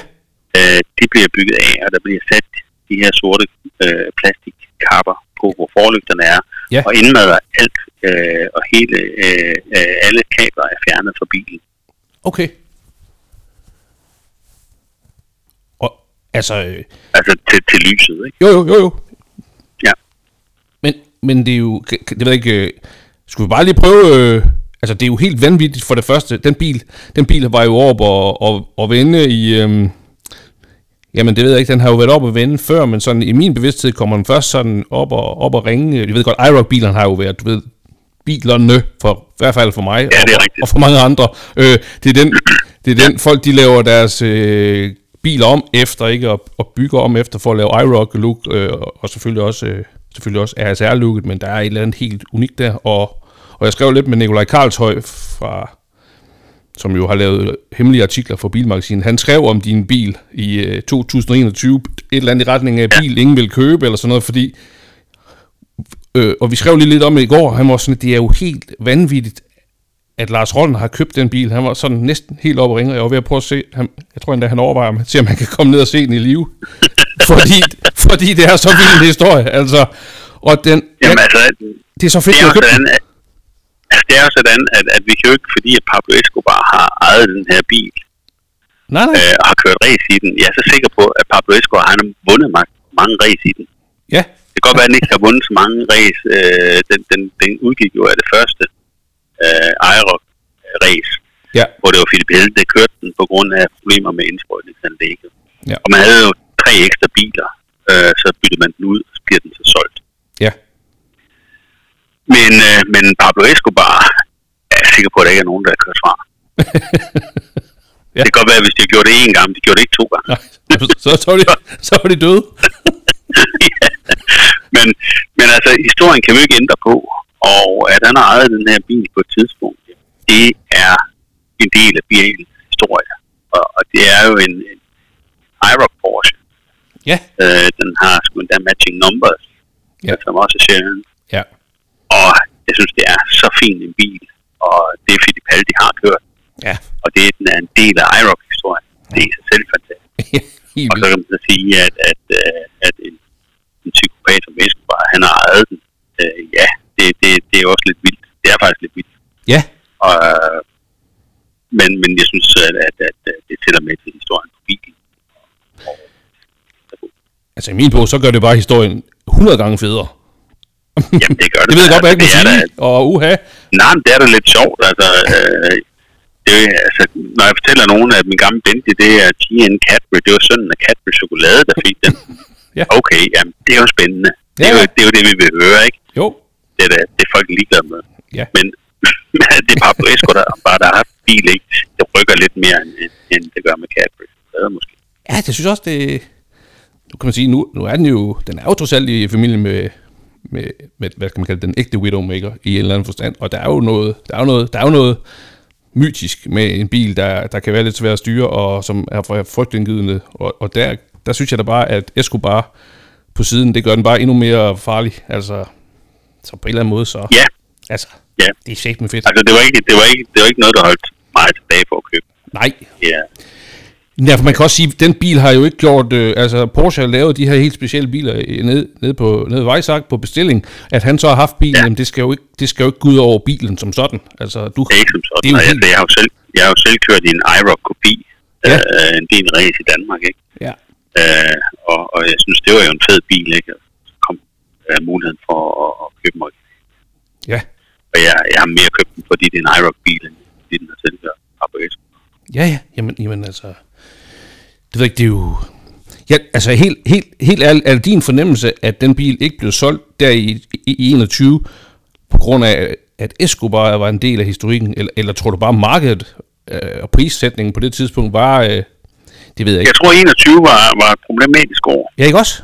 S2: Øh, de bliver bygget af, og der bliver sat de her sorte øh, plastikkapper på, hvor forlygterne er.
S1: Ja.
S2: Og indmader alt, øh, og hele, øh, øh, alle kabler er fjernet fra bilen.
S1: Okay. Og, altså... Øh,
S2: Altså til, til lyset, ikke?
S1: jo, jo, jo, jo.
S2: Ja.
S1: Men, men det er jo, kan- kan- det ved jeg ikke, øh, skulle vi bare lige prøve, øh, altså det er jo helt vanvittigt for det første, den bil, den bil var jo oppe og, og, og vende i, øhm, jamen det ved jeg ikke, den har jo været oppe og vende før, men sådan i min bevidsthed kommer den først sådan op og, op og ringe, jeg ved godt, IROC-bilerne har jo været, du ved, bilerne, for, i hvert fald for mig,
S2: det er
S1: og,
S2: rigtigt.
S1: og for mange andre, øh, det er den, det er den folk, de laver deres øh, biler om efter, ikke, og, og bygger om efter for at lave IROC-look, øh, og- og selvfølgelig også, øh, selvfølgelig også RSR-looket, men der er et eller andet helt unikt der, og, og jeg skrev lidt med Nikolaj Karlshøj fra som jo har lavet hemmelige artikler for Bilmagasinet, han skrev om din bil i øh, 2021, et eller andet i retning af bil, ingen vil købe, eller sådan noget, fordi Øh, og vi skrev lige lidt om det i går, han var sådan, at det er jo helt vanvittigt, at Lars Rollen har købt den bil. Han var sådan næsten helt oppe og ringe, og jeg var ved at prøve at se, han, jeg tror endda, han overvejer, om han siger, om han kan komme ned og se den i live. fordi, fordi det er så vild en historie, altså. Og den, ja,
S2: Jamen altså,
S1: det er så fedt,
S2: det
S1: at han
S2: er jo
S1: har købt den.
S2: sådan, at, altså, det er jo sådan, at, at vi kan jo ikke, fordi at Pablo Escobar har ejet den her bil,
S1: Nej, nej,
S2: øh, og har kørt race i den. Jeg er så sikker på, at Pablo Escobar han har vundet ma- mange race i den.
S1: ja,
S2: Det kan godt være, at han ikke har vundet så mange race. Øh, den, den, den udgik jo af det første øh, Aerox-race,
S1: ja,
S2: hvor det var Philip Helde, der kørte den på grund af problemer med indsprøjtningsanlægget.
S1: Ja.
S2: Og man havde jo tre ekstra biler, øh, så byttede man den ud, og så bliver den så solgt.
S1: ja,
S2: Men, øh, men Pablo Escobar er jeg sikker på, at der ikke er nogen, der har kørt fra.
S1: Ja.
S2: ja. Det kan godt være, hvis de har gjort det én gang, men de gjorde det ikke to gange.
S1: nej, så, så, var de, så var de døde.
S2: Ja. men, men altså, historien kan vi ikke ændre på, og at han har ejet den her bil på et tidspunkt, det er en del af bilens historie. Og, og det er jo en, en IROC Porsche.
S1: Ja,
S2: Øh, den har sgu endda matching numbers,
S1: Ja.
S2: ja. som også er sjældent.
S1: ja,
S2: Og jeg synes, det er så fin en bil, og det er Fittipaldi har kørt,
S1: ja,
S2: og det er, den er en del af IROC-historien. Det er i sig selv fantastisk.
S1: helt
S2: Og så
S1: vildt.
S2: kan man så sige, at, at, øh, at en, en psykopat som Escobar, han har ejet den. Øh, ja, det, det, det er også lidt vildt. øh, Det er faktisk lidt vildt.
S1: Ja,
S2: Og, men, men jeg synes, at, at, at, at det det tæller med til historien på bilen.
S1: Altså i min bog, så gør det bare historien 100 gange federe.
S2: Jamen, det gør det.
S1: Det ved jeg godt, hvad jeg ikke må
S2: er da-
S1: sige. Og uha,
S2: Nej, men det er da lidt sjovt. Altså, øh, det, er- altså, når jeg fortæller nogen, at min gamle Bentley, det er T.N. Cadbury, det var sønnen af Cadbury Chokolade, der fik den.
S1: Ja.
S2: Okay, jamen, det er jo spændende. Det er
S1: Ja.
S2: jo, det er jo det, vi vil høre, ikke?
S1: jo.
S2: Det er, da, det er folk ligeglade med.
S1: Ja.
S2: Men det er bare Brisco, der bare der har haft bil, ikke? Det rykker lidt mere, end, end det gør med Cadbury Chokolade, måske.
S1: Ja, det synes jeg også, det... Nu kan man sige, nu, nu er den jo... Den er jo trods alt i familie med, med, med hvad skal man kalde det, den ægte Widowmaker i en eller anden forstand. Og der er jo noget, der er jo noget, der er jo noget mytisk med en bil, der, der kan være lidt svær at styre, og som er fry- frygtindgydende. Og, og der, der synes jeg da bare, at Escobar på siden, det gør den bare endnu mere farlig. Altså, så på en eller anden måde, så...
S2: Ja,
S1: Altså,
S2: ja.
S1: det er sæt med fedt.
S2: Altså, det var, ikke, det, var ikke, det var ikke noget, der holdt mig tilbage for at købe.
S1: Nej,
S2: Ja.
S1: Ja, for man kan også sige, at den bil har jo ikke gjort... Øh, altså, Porsche har lavet de her helt specielle biler øh, ned, ned på ned i Vejsak på bestilling. At han så har haft bilen, ja.
S2: Ja.
S1: jamen, det, skal jo ikke, det skal jo ikke gå ud over bilen som sådan. Altså, du,
S2: Det er ikke som sådan.
S1: Det er jo
S2: og jeg,
S1: helt-
S2: jeg, har jo selv, jeg har jo selv kørt i en IROC-kopi,
S1: Ja.
S2: ja. øh, en del race i Danmark, ikke?
S1: ja.
S2: Øh, og, og jeg synes, det var jo en fed bil, ikke? Og Så kom øh, muligheden for at, at købe mig.
S1: Ja.
S2: Og jeg, jeg har mere købt den, fordi det er en IROC-bil, end fordi den har tilhørt Abbas.
S1: Ja, ja. Jamen, jamen altså... Det ved jeg ikke, det er jo... Ja, altså helt, helt, helt ærligt, er det din fornemmelse, at den bil ikke blev solgt der i, i, i 21 på grund af, at Escobar var en del af historikken? Eller, eller tror du bare, markedet øh, og prissætningen på det tidspunkt var... Øh, det ved jeg ikke.
S2: Jeg tror, 21 var, var et problematisk år.
S1: Ja, ikke også?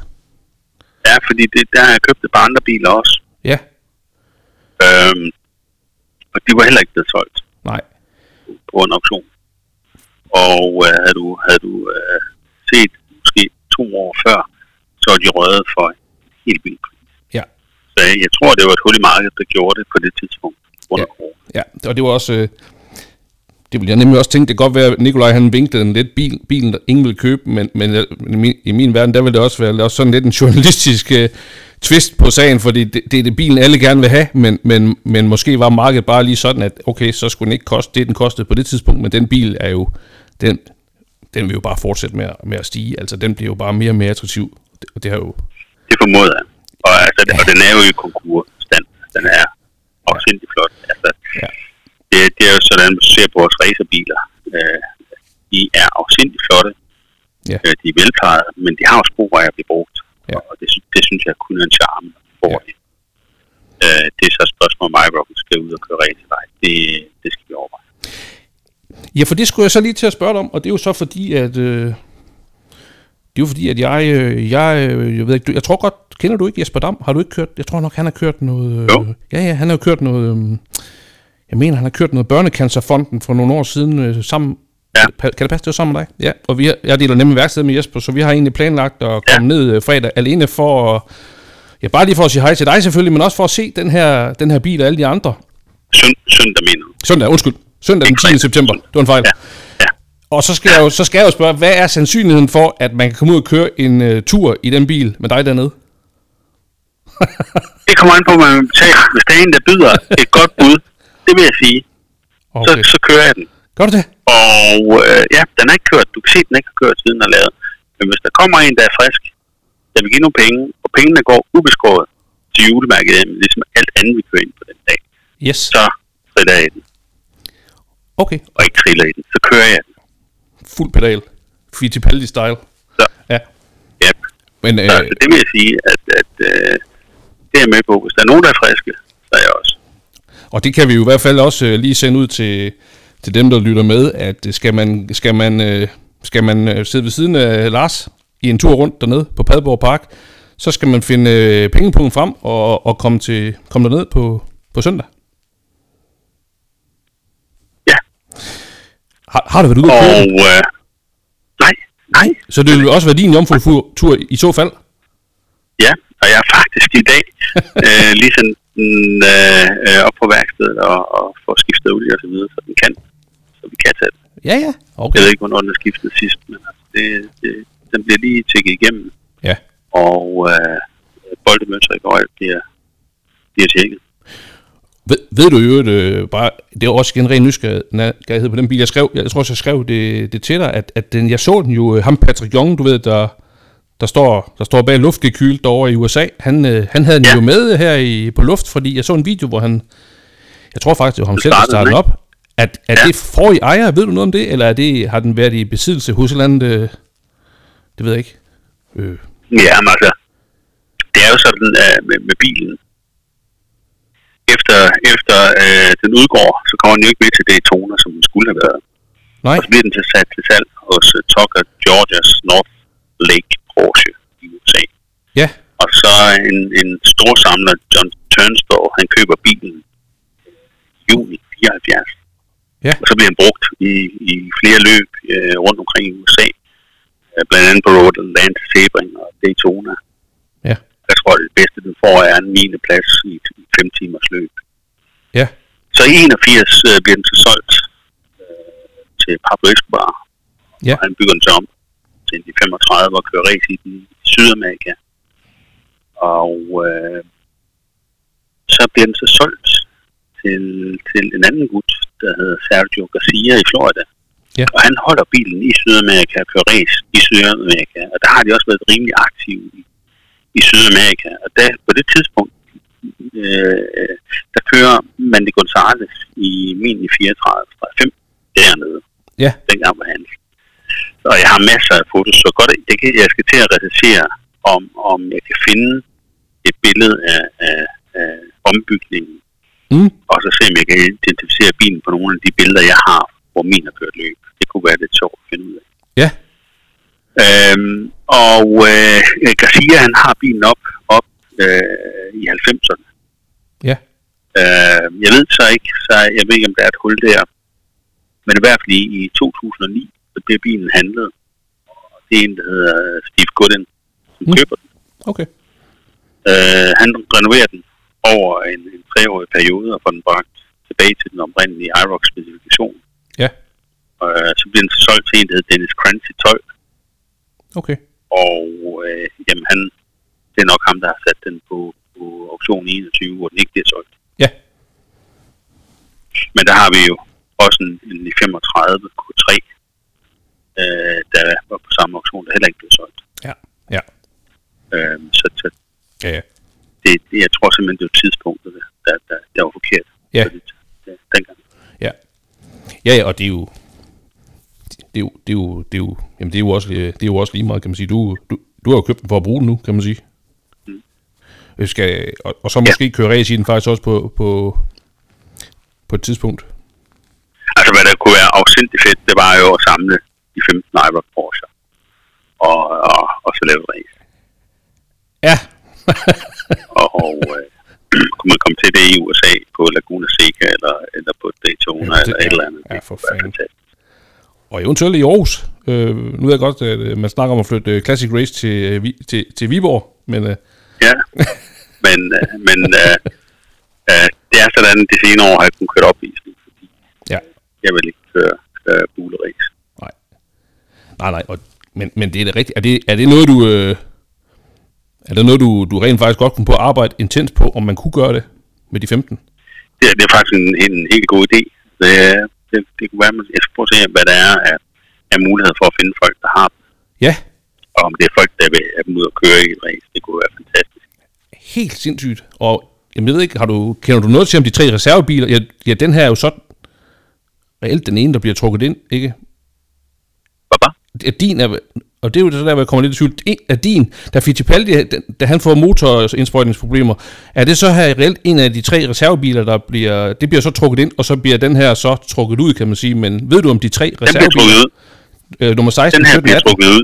S2: Ja, fordi det, der har jeg købt et par andre biler også.
S1: Ja,
S2: Øhm, og de var heller ikke blevet solgt.
S1: nej.
S2: på en auktion. Og øh, havde du, havde du øh, set måske to år før, så var de røde for en helt vildt pris.
S1: Ja,
S2: Så jeg, jeg tror, det var et hul i markedet, der gjorde det på det tidspunkt. Under ja.
S1: ja. Og det var også... Øh, det ville jeg nemlig også tænke, det kan godt være, at Nikolaj han vinklede den lidt, bil, bilen der ingen ville købe, men, men jeg- i, min, i min verden, der ville det også være også sådan lidt en journalistisk øh, twist på sagen, fordi det, det er det, bilen alle gerne vil have, men, men, men måske var markedet bare lige sådan, at okay, så skulle den ikke koste det, den kostede på det tidspunkt, men den bil er jo, den, den vil jo bare fortsætte med, at- med at stige, altså den bliver jo bare mere og mere attraktiv, Det- og det har jo,
S2: Det formoder jeg. Og, altså, ja. og den er jo i konkursstand. Den er afsindelig flot. Altså,
S1: Ja.
S2: ja. det, det er jo sådan, man ser på vores racerbiler. Øh, de er afsindelig flotte.
S1: Ja.
S2: Øh, de er velplejede, men de har jo spor af at blive brugt.
S1: Ja.
S2: Ja. Og det, sy- det synes jeg kun er en charme for
S1: Ja.
S2: ja. øh, Det er så et spørgsmål, om iRocken skal ud og køre race eller ej. Det, det skal vi overveje.
S1: Ja, for det skulle jeg så lige til at spørge dig om, og det er jo så fordi, at... Øh, det er jo fordi, at jeg... Øh, jeg, øh, jeg ved ikke, du, jeg tror godt... Kender du ikke Jesper Dam? Har du ikke kørt... Jeg tror nok, han har kørt noget... Øh,
S2: Jo.
S1: Ja, ja, han har jo kørt noget... Øh, jeg mener, han har kørt noget Børnecancerfonden for nogle år siden øh, sammen...
S2: Ja.
S1: Kan det passe, det var sammen med dig? Ja, og vi har, jeg deler nemlig værksted med Jesper, så vi har egentlig planlagt at komme ja.
S2: Ja.
S1: ned øh, fredag alene for at... Ja, bare lige for at sige hej til dig selvfølgelig, men også for at se den her, den her bil og alle de andre.
S2: Søn, søndag mener du?
S1: Søndag, undskyld. Søndag den
S2: Ikke
S1: 10.
S2: fredag.
S1: september. Det var en fejl.
S2: Ja. ja.
S1: Og så skal, jeg jo, så skal jeg jo spørge, hvad er sandsynligheden for, at man kan komme ud og køre en uh, tur i den bil med dig dernede?
S2: Det kommer an på, hvad man betaler. Hvis der er en, der byder et godt bud, det vil jeg sige, så,
S1: Okay.
S2: så kører jeg den.
S1: Gør du det?
S2: Og øh, ja, den er ikke kørt. Du kan se, at den ikke har kørt siden den er lavet. Men hvis der kommer en, der er frisk, der vil give nogle penge, og pengene går ubeskåret til julemærket, ligesom alt andet, vi kører ind på den dag,
S1: Yes.
S2: så triller jeg i den,
S1: Okay.
S2: og ikke triller i den. Så kører jeg den.
S1: Fuld pedal. Fittipaldi-style.
S2: Så,
S1: Ja.
S2: ja.
S1: Men
S2: så,
S1: øh,
S2: så det vil jeg sige, at, at øh, det er jeg med på. Hvis der er nogen, der er friske, så er jeg også.
S1: Og det kan vi jo i hvert fald også øh, lige sende ud til, til dem, der lytter med, at øh, skal man, skal man, øh, skal man øh, sidde ved siden af Lars i en tur rundt dernede på Padborg Park, så skal man finde øh, pengepunkten frem og, og komme, til, komme derned på, på søndag.
S2: Ja,
S1: Har, har du været ude og
S2: og
S1: køre?
S2: øh, nej, nej,
S1: Så det vil også være din jomfru-tur i så fald?
S2: Ja, og jeg er faktisk i dag øh, lige sådan øh, øh, op på værkstedet og, og få skiftet olie og så videre, så den kan. Så vi kan tage den.
S1: Ja, ja.
S2: Jeg
S1: Okay.
S2: ved ikke, hvornår den er skiftet sidst, men altså, det, det, den bliver lige tjekket igennem,
S1: Ja.
S2: og øh, boltemønster i går bliver, bliver tjekket.
S1: Ved, ved du jo, øh, bare, det er også en ren nysgerrighed på den bil. Jeg, skrev, jeg tror også, jeg skrev det, det til dig, at, at den, jeg så den jo, øh, ham Patrick Young, du ved, der, der står, der står bag luftgekyl derovre i USA, han, øh, han havde den ja.
S2: Ja.
S1: jo med her i, på luft, fordi jeg så en video, hvor han, jeg tror faktisk, det var ham selv, der
S2: startede
S1: startede
S2: den,
S1: op. At, er ja. det forrige ejer, ved du noget om det, eller er det, har den været i besiddelse hos et eller andet, øh, det ved jeg ikke. Øh,
S2: Ja, men altså, det er jo sådan øh, med, med bilen. Efter, efter øh, den udgår, så kommer den jo ikke med til det toner, som den skulle have været.
S1: nej,
S2: Og så bliver den til sat til salg hos uh, Tucker Georgias North Lake Porsche i USA.
S1: ja,
S2: Og så en, en stor samler, John Turnstall, han køber bilen i juni 74.
S1: Ja.
S2: Og så bliver den brugt i, i flere løb øh, rundt omkring i USA. Øh, Blandt andet på Road Land Sebring og Daytona.
S1: ja,
S2: Jeg tror, det bedste, den får, er en 9. plads i et 5 timers løb.
S1: ja,
S2: Så i 81 øh, bliver den så solgt øh, til Pablo Escobar.
S1: Ja.
S2: Og han bygger den så om til de 35 og kører race i den i Sydamerika. Og øh, så bliver den så solgt til, til en anden gut, der hedder Sergio Garcia i Florida.
S1: Ja.
S2: Og han holder bilen i Sydamerika og kører race i Sydamerika. Og der har de også været rimelig aktive i, i Sydamerika. Og der, på det tidspunkt, øh, der kører Mandy Gonzales i min i 34 fra 5 dernede.
S1: Ja.
S2: Dengang var han. Og jeg har masser af fotos, så godt, jeg, kan, jeg skal til at recensere, om, om jeg kan finde et billede af, af, af ombygningen,
S1: mm,
S2: og så se, om jeg kan identificere bilen på nogle af de billeder, jeg har, hvor min har kørt løb. Det kunne være lidt sjovt at finde ud af.
S1: ja,
S2: Øhm, og øh, Garcia, han har bilen op, op øh, i 90'erne.
S1: ja,
S2: Øh, jeg ved så ikke, så jeg ved ikke, om der er et hul der. Men i hvert fald i, i 2009, så bliver bilen handlet. Og det er en, der hedder Steve Gooden, som
S1: Mm.
S2: mm. køber den.
S1: okay,
S2: Øh, han renoverer den over en, en treårig periode og får den bragt tilbage til den oprindelige IROC-specifikation.
S1: ja,
S2: Øh, så bliver den så solgt til en, der hedder Dennis Crancy 12.
S1: okay,
S2: Og øh, jamen, han, det er nok ham, der har sat den på, på auktion 21, hvor den ikke bliver solgt.
S1: ja,
S2: Men der har vi jo også en, en i 35 Q3, øh, der var på samme auktion, der heller ikke blev solgt.
S1: ja, ja,
S2: Øh, så så
S1: ja, ja.
S2: det, det, jeg tror simpelthen, det var tidspunktet, der, der, der, der var forkert.
S1: Ja.
S2: Fordi, øh, dengang.
S1: Ja. Ja, ja, og det er jo... Det er jo, det er jo, det er jo, jamen det er jo, også, øh, det er jo også lige meget, kan man sige. Du, du, du har jo købt den for at bruge den nu, kan man sige. Mm. Skal, og, og, så måske ja. køre race i den faktisk også på, på, på et tidspunkt.
S2: Altså, hvad der kunne være afsindig fedt, det var jo at samle de 15 Iroc Porsche og, og, og så lave et race.
S1: Ja,
S2: Og, og øh, kunne man komme til det i USA på Laguna Seca eller, eller på Daytona
S1: Ja, det-
S2: eller et eller andet.
S1: ja,
S2: det
S1: for
S2: kunne være
S1: fanden.
S2: fantastisk.
S1: og eventuelt i Aarhus. Øh, nu ved jeg godt, at øh, man snakker om at flytte øh, Classic Race til, øh, Vi- til, til Viborg, men øh,
S2: Ja, men, øh, men øh, øh, det er sådan, at de senere år har jeg kun kørt opvisning, fordi
S1: ja,
S2: jeg vil ikke køre, køre buleræs.
S1: nej. Nej, nej, og, men, men det er det rigtigt. Er det, er det noget, du... Øh, er det noget, du, du rent faktisk godt kunne på at arbejde intens på, om man kunne gøre det med de 15?
S2: Det, er- det er faktisk en, en helt god idé. Det, er- det, det kunne være, at jeg skal prøve at se, hvad der er af, af muligheder for at finde folk, der har dem.
S1: Ja,
S2: Og om det er folk, der vil have dem ud og køre i et race, det kunne være fantastisk.
S1: helt sindssygt. Og jamen, jeg ved ikke, har du, kender du noget til om de tre reservebiler? Ja, ja den her er jo sådan reelt den ene, der bliver trukket ind, ikke?
S2: Baba?
S1: Er din er, og det er jo så der, hvor jeg kommer lidt i tvivl. En af din, da Fittipaldi, da- da han får motorindsprøjtningsproblemer, er det så her reelt en af de tre reservebiler, der bliver, det bliver så trukket ind, og så bliver den her så trukket ud, kan man sige. Men ved du om de tre
S2: Den bliver trukket
S1: reservebiler,
S2: ud.
S1: øh, nummer 16,
S2: Den her
S1: 17,
S2: bliver
S1: 18,
S2: trukket ud.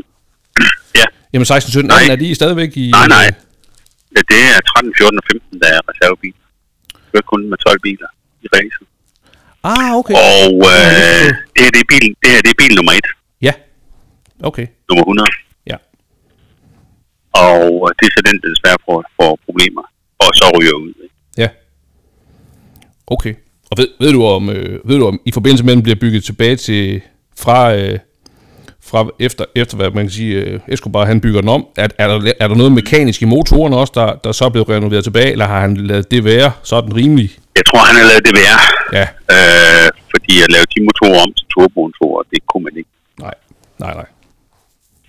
S2: ja,
S1: jamen 16, 17,
S2: Nej.
S1: 18, er de stadigvæk i...
S2: nej, nej. Ja, Det er 13, 14 og 15, der er reservebiler. Jeg kører kun med 12 biler i racen.
S1: Ah, okay.
S2: Og øh,
S1: Okay.
S2: det, her, det, er bil, det her det er bil nummer 1,
S1: Ja. Okay,
S2: nummer 100.
S1: ja.
S2: Og øh, det er så den, der desværre får, får problemer. Og så ryger ud. ikke?
S1: Ja. Okay. Og ved, ved, du om, øh, ved du om, i forbindelse med, at den bliver bygget tilbage til, fra, øh, fra efter, efter hvad man kan sige, øh, Escobar han bygger den om. Er, er, der, er der noget mekanisk i motoren også, der, der så er blevet renoveret tilbage, eller har han lavet det være sådan rimelig?
S2: Jeg tror, han har lavet det værre.
S1: Ja.
S2: Øh, fordi at lave de motorer om til turbomotorer, det kunne man ikke.
S1: Nej, nej, nej.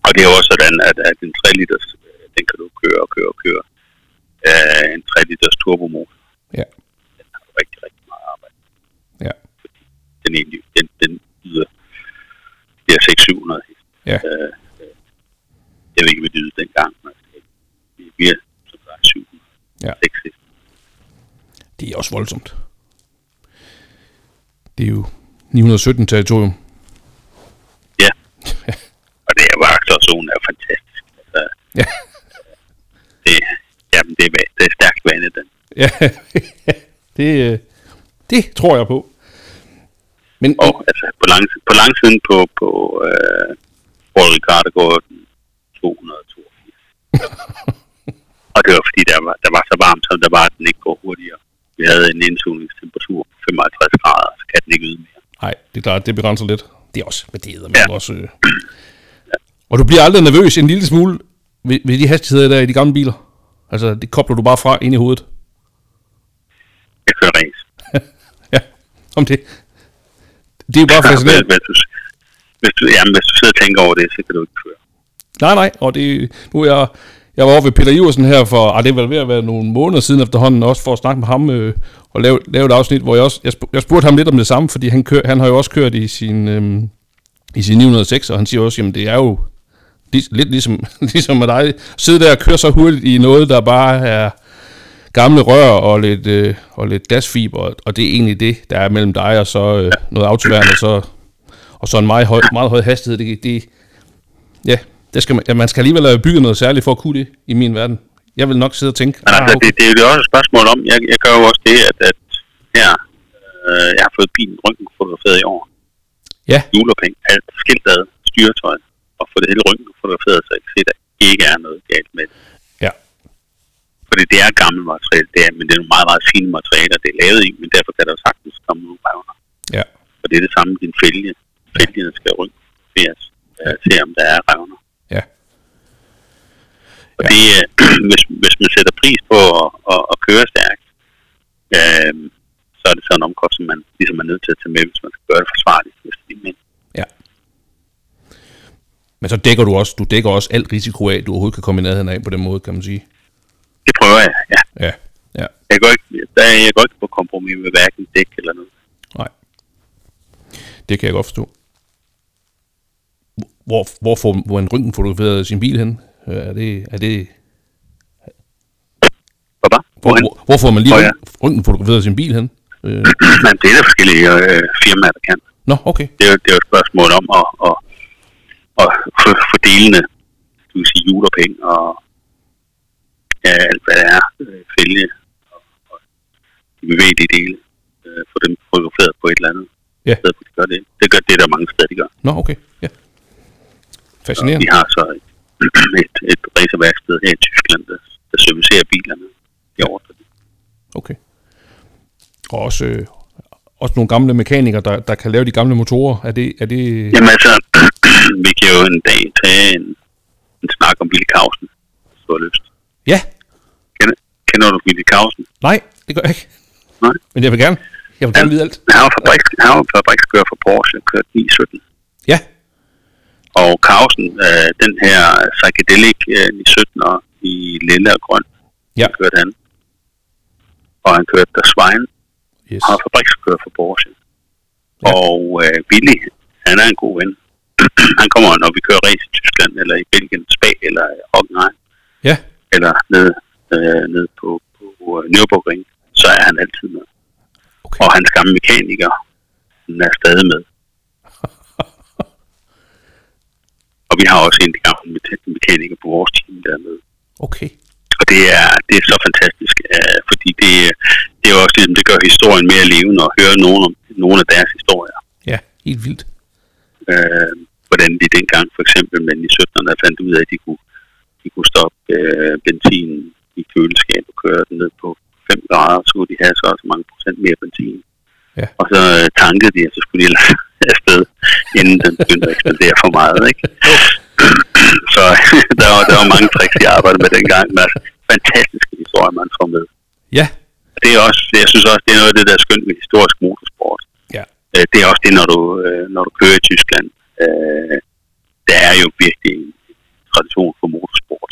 S2: Og det er jo også sådan, at, at en 3 liters, øh, den kan du køre og køre og køre. Øh, en 3 liters turbomotor,
S1: Ja,
S2: den har rigtig, rigtig meget arbejde.
S1: ja,
S2: Den, egentlig, den, den yder de her 600 heste.
S1: ja,
S2: Øh, øh, jeg ved ikke, hvad det ydede dengang, men det er mere, som sagt, 700
S1: ja.
S2: heste.
S1: Det er også voldsomt. Det er jo 917 territorium.
S2: Ja. og det er vagtzonen er fantastisk. Altså, øh,
S1: Ja,
S2: det, jamen, det, er, va- det er stærkt vandet, den.
S1: ja. det, øh, det tror jeg på. Men,
S2: Og altså, på lang, på lang siden på, på øh, Paul Ricard, der går den 282. og det var fordi, der var, der var så varmt, som der var, at den ikke går hurtigere. Vi havde en indsugningstemperatur på 55 grader, så kan den ikke yde mere.
S1: Nej, det er klart, det begrænser lidt. Det er også, men det hedder
S2: Ja.
S1: ja. også. Øh. Og du bliver aldrig nervøs en lille smule ved, ved de hastigheder der i de gamle biler. Altså, det kobler du bare fra ind i hovedet.
S2: Jeg kører race.
S1: Ja, om det. Det er jo bare
S2: Hvis,
S1: fascinerende.
S2: hvis, du, hvis, du, jamen, hvis du sidder og tænker over det, så kan du ikke køre.
S1: Nej, nej, og det, nu er jeg, jeg var over ved Peter Iversen her for, ah, det var ved at være nogle måneder siden efterhånden, også for at snakke med ham øh, og lave, lave et afsnit, hvor jeg også, jeg, sp- jeg spurgte ham lidt om det samme, fordi han, kør, han har jo også kørt i sin, øh, i sin 906, og han siger også, jamen det er jo lig, lidt ligesom, ligesom med dig, sidde der og køre så hurtigt i noget, der bare er gamle rør og lidt, øh, og lidt glasfiber, og- og det er egentlig det, der er mellem dig og så øh, noget autoværn, og så, og så en meget høj, meget høj hastighed, det, det, Ja, det skal man, ja, man skal alligevel have bygget noget særligt for at kunne det i min verden. Jeg vil nok sidde og tænke,
S2: Men
S1: ah,
S2: altså,
S1: okay.
S2: det, det er jo også et spørgsmål om, jeg, jeg gør jo også det, at, at her, øh, jeg har fået bilen ryggen fotograferet i år.
S1: Ja.
S2: Julerpenge, alt skiltet, styretøj, og få det hele ryggen fotograferet, så jeg kan se, at der ikke er noget galt med det.
S1: ja,
S2: Fordi det er gammelt materiale, det er, men det er nogle meget, meget fine materialer, det er lavet i, men derfor kan der jo sagtens komme nogle revner.
S1: ja,
S2: Og det er det samme med din fælge. Fælgen skal ryggen fotograferes, øh, se om der er revner.
S1: ja,
S2: Og det, øh, hvis, hvis man sætter pris på at, at, at køre stærkt, øh, så er det sådan en omkostning, man ligesom er nødt til at tage med, hvis man skal gøre det forsvarligt. Hvis det er men
S1: ja. Men så dækker du også, du dækker også alt risiko af, du overhovedet kan komme i nærheden af på den måde, kan man sige.
S2: det prøver jeg, ja.
S1: Ja, ja,
S2: Jeg går ikke, der, er- jeg går ikke på kompromis med hverken dæk eller noget.
S1: nej. Det kan jeg godt forstå. Hvor, hvor får hvor en ryggen fotograferet sin bil hen? Øh, Er det, er det,
S2: Hvor var?
S1: hvor,
S2: Hvorhen?
S1: hvor, hvor får man lige
S2: Hvor er
S1: ryggen, ryggen fotograferet sin bil hen? Øh,
S2: Men det er der forskellige øh, firmaer, der kan.
S1: nå, okay.
S2: Det er, jo- det er jo et spørgsmål om at, at, at få- få delene, du kan sige julerpenge og ja, alt hvad der er, øh, fælge og, og de bevægelige dele, øh, få dem fotograferet på et eller andet
S1: Ja.
S2: sted, hvor de gør det. Det gør det, er der mange steder, de gør.
S1: Nå, okay, ja.
S2: Vi
S1: Fascinerende.
S2: har så et, et, et racerværksted her i Tyskland, der, der servicerer bilerne. De ordner det.
S1: Okay. Og også, øh, også nogle gamle mekanikere, der, der kan lave de gamle motorer. Er det... Er det
S2: Jamen altså, vi kan jo en dag tage en, en snak om Billy Kausen, hvis du har lyst.
S1: ja.
S2: Kender, kender du Billy Kausen?
S1: Nej, det gør jeg ikke.
S2: Nej.
S1: Men jeg vil gerne. Jeg vil gerne vide alt.
S2: Han var, fabrik, han var fabrikskører for Porsche, kørte 917.
S1: Ja.
S2: Og Carlsen, øh, den her psychedelic øh, 917 er i lille og grøn,
S1: Ja.
S2: kørte han. Og han kørte der Svein,
S1: Yes.
S2: han var fabrikskører for Porsche.
S1: Ja.
S2: Og øh, Billy, han er en god ven. han kommer, når vi kører race i Tyskland, eller i Belgien, Spa, eller i Hockenheim,
S1: Ja.
S2: eller nede, øh, nede på, på øh, Nürburgring, så er han altid med.
S1: Okay.
S2: Og hans gamle mekaniker, den er stadig med. og vi har også en af de gamle mete- mekanikere på vores team dernede.
S1: Okay.
S2: Og det er, det er så fantastisk, øh, fordi det, det er jo også ligesom, det gør historien mere levende at høre nogle, om, nogle af deres historier.
S1: Ja. Helt vildt.
S2: Øh, hvordan de dengang for eksempel med i 17'erne fandt ud af, at de kunne, de kunne stoppe øh, benzinen i køleskabet og køre den ned på 5 grader, så kunne de have så og så mange procent mere benzin.
S1: Ja.
S2: Og så øh, tankede de, og så skulle de afsted inden den begyndte at eksplodere for meget. Ikke? Så der var, der var mange tricks, jeg arbejdede med dengang. Men altså, fantastiske historier, man får med.
S1: Ja.
S2: Det er også, jeg synes også, det er noget af det, der er skønt ved historisk motorsport.
S1: Ja.
S2: Øh, det er også det, når du, øh, når du kører i Tyskland. Øh, der er jo virkelig en tradition for motorsport.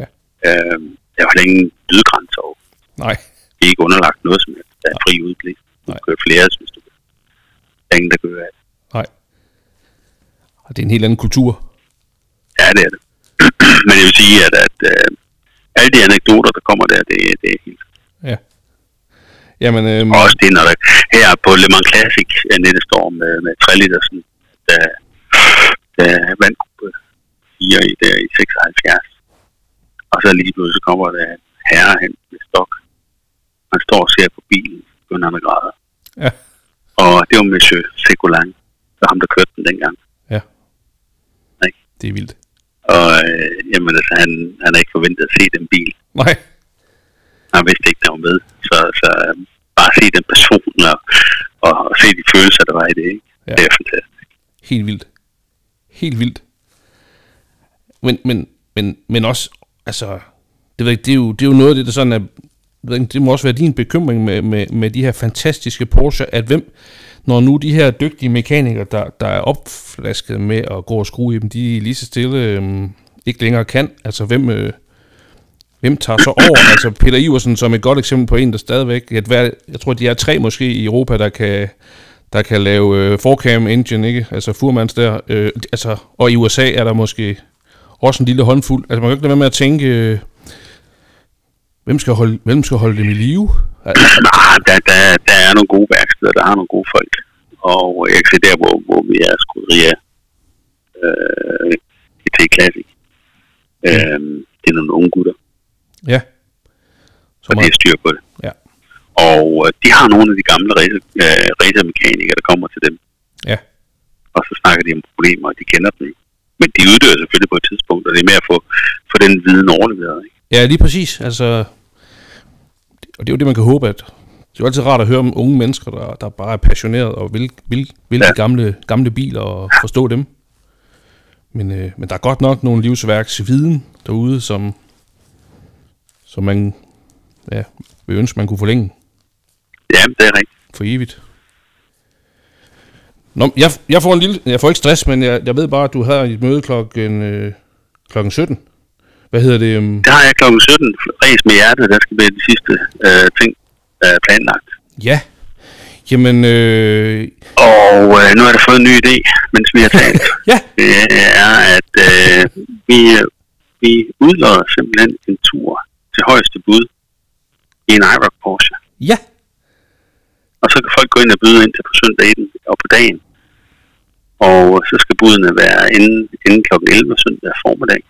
S1: Ja.
S2: Øh, der er jo heller ingen lydgrænser. jo.
S1: Nej.
S2: Vi er ikke underlagt noget som helst. Der er fri udblik. Du
S1: Nej.
S2: kan køre flere, hvis du vil. Der er ingen, der kører af. det.
S1: Nej. Og det er en helt anden kultur.
S2: Ja, det er det. Men jeg vil sige, at, at øh, alle de anekdoter, der kommer der, det, det er helt
S1: Ja. Jamen, øhm,
S2: Og også det, når der, her på Le Mans Classic øh, næste år med, med 3 liter, sådan, der, der vandt gruppe 4 i, der i 76. Og så lige pludselig kommer der en herre hen med stok. Han står og ser på bilen, begynder han at græde.
S1: ja.
S2: Og det var Monsieur Segolang, der ham, der kørte den dengang.
S1: Ja.
S2: Nej.
S1: Det er vildt.
S2: Og øh, jamen, altså, han, han har ikke forventet at se den bil.
S1: Nej.
S2: han vidste ikke, der var med. Så, så øh, bare se den person og, og, og se de følelser, der var i det. Ikke?
S1: Ja.
S2: Ja. Det er fantastisk.
S1: Helt vildt. Helt vildt. Men, men, men, men også, altså, det, ved jeg, ikke, det, er jo, det er jo noget af det, der sådan er, jeg ved ikke, det må også være din bekymring med, med, med de her fantastiske Porsche, at hvem, når nu de her dygtige mekanikere, der, der er opflasket med at gå og skrue i dem, de lige så stille øhm, ikke længere kan, altså hvem, øh, hvem tager så over? Altså Peter Iversen som et godt eksempel på en, der stadigvæk, at hver, jeg tror, de er tre måske i Europa, der kan, der kan lave øh, forcam engine, ikke? Altså Furmans der. Øh, altså, og i USA er der måske også en lille håndfuld. Altså man kan jo ikke lade være med at tænke, øh, hvem, skal holde, hvem skal holde dem i live? Altså,
S2: Ah, der, der, der er nogle gode værksteder, der har nogle gode folk. Og øh, jeg kan se der, hvor, hvor vi er skuderier øh, i t Classic. Øh, det er nogle unge gutter,
S1: ja. Så
S2: og de
S1: meget,
S2: har styr på det.
S1: ja.
S2: Og øh, de har nogle af de gamle racer- øh, racermekanikere, der kommer til dem.
S1: Ja.
S2: og så snakker de om problemer, og de kender dem. ikke? Men de uddør selvfølgelig på et tidspunkt, og det er med at få, få den viden overleveret. Ikke?
S1: Ja, lige præcis. Altså, og det er jo det, man kan håbe, at det er jo altid rart at høre om unge mennesker, der, der bare er passionerede og vil, vil, vil ja. de
S2: Ja.
S1: gamle, gamle biler og forstå dem. Men, øh, men der er godt nok nogle livsværksviden derude, som, som man ja, vil ønske, man kunne forlænge
S2: Ja, det er rigtigt.
S1: for evigt. Nå, jeg, jeg får en lille, jeg får ikke stress, men jeg, jeg ved bare, at du har et møde klokken, øh, klokken 17. Hvad hedder det? øhm,
S2: Det har jeg kl. 17. Ræs med hjertet, der skal være de sidste øh, ting øh, planlagt.
S1: Ja. Jamen, øh,
S2: Og øh, nu har jeg da fået en ny idé, mens vi har talt.
S1: Ja.
S2: Det er, at øh, vi, vi udlodder simpelthen en tur til højeste bud i en iRock Porsche.
S1: Ja.
S2: Og så kan folk gå ind og byde ind til på søndag i den, og på dagen. Og så skal budene være inden, inden kl. 11 søndag formiddag.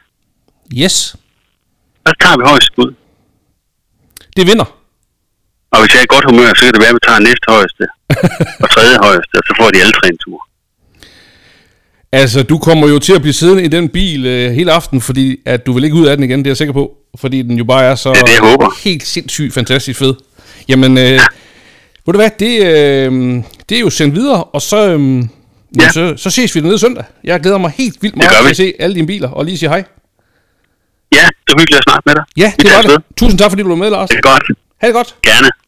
S1: Yes.
S2: Og så tager vi højeste bud.
S1: Det vinder.
S2: Og hvis jeg er i godt humør, så kan det være, at vi tager næste højeste og tredje højeste, og så får de alle tre en tur.
S1: Altså, du kommer jo til at blive siddende i den bil øh, hele aften, fordi at du vil ikke ud af den igen, det er jeg sikker på. Fordi den jo bare er så
S2: er det, jeg håber.
S1: helt sindssygt fantastisk fed. Jamen, øh, ved du hvad, det, øh, det er jo sendt videre, og så, øh, ja.
S2: Ja.
S1: så, så ses vi dernede søndag. Jeg glæder mig helt vildt meget
S2: gør
S1: til
S2: vi.
S1: at se alle dine biler, og lige sige hej.
S2: Ja, det var hyggeligt at snakke med dig.
S1: Ja,
S2: Vi
S1: det var
S2: tager afsted.
S1: det. Tusind tak, fordi du var med, Lars.
S2: Det er godt.
S1: Ha' det godt.
S2: Gerne.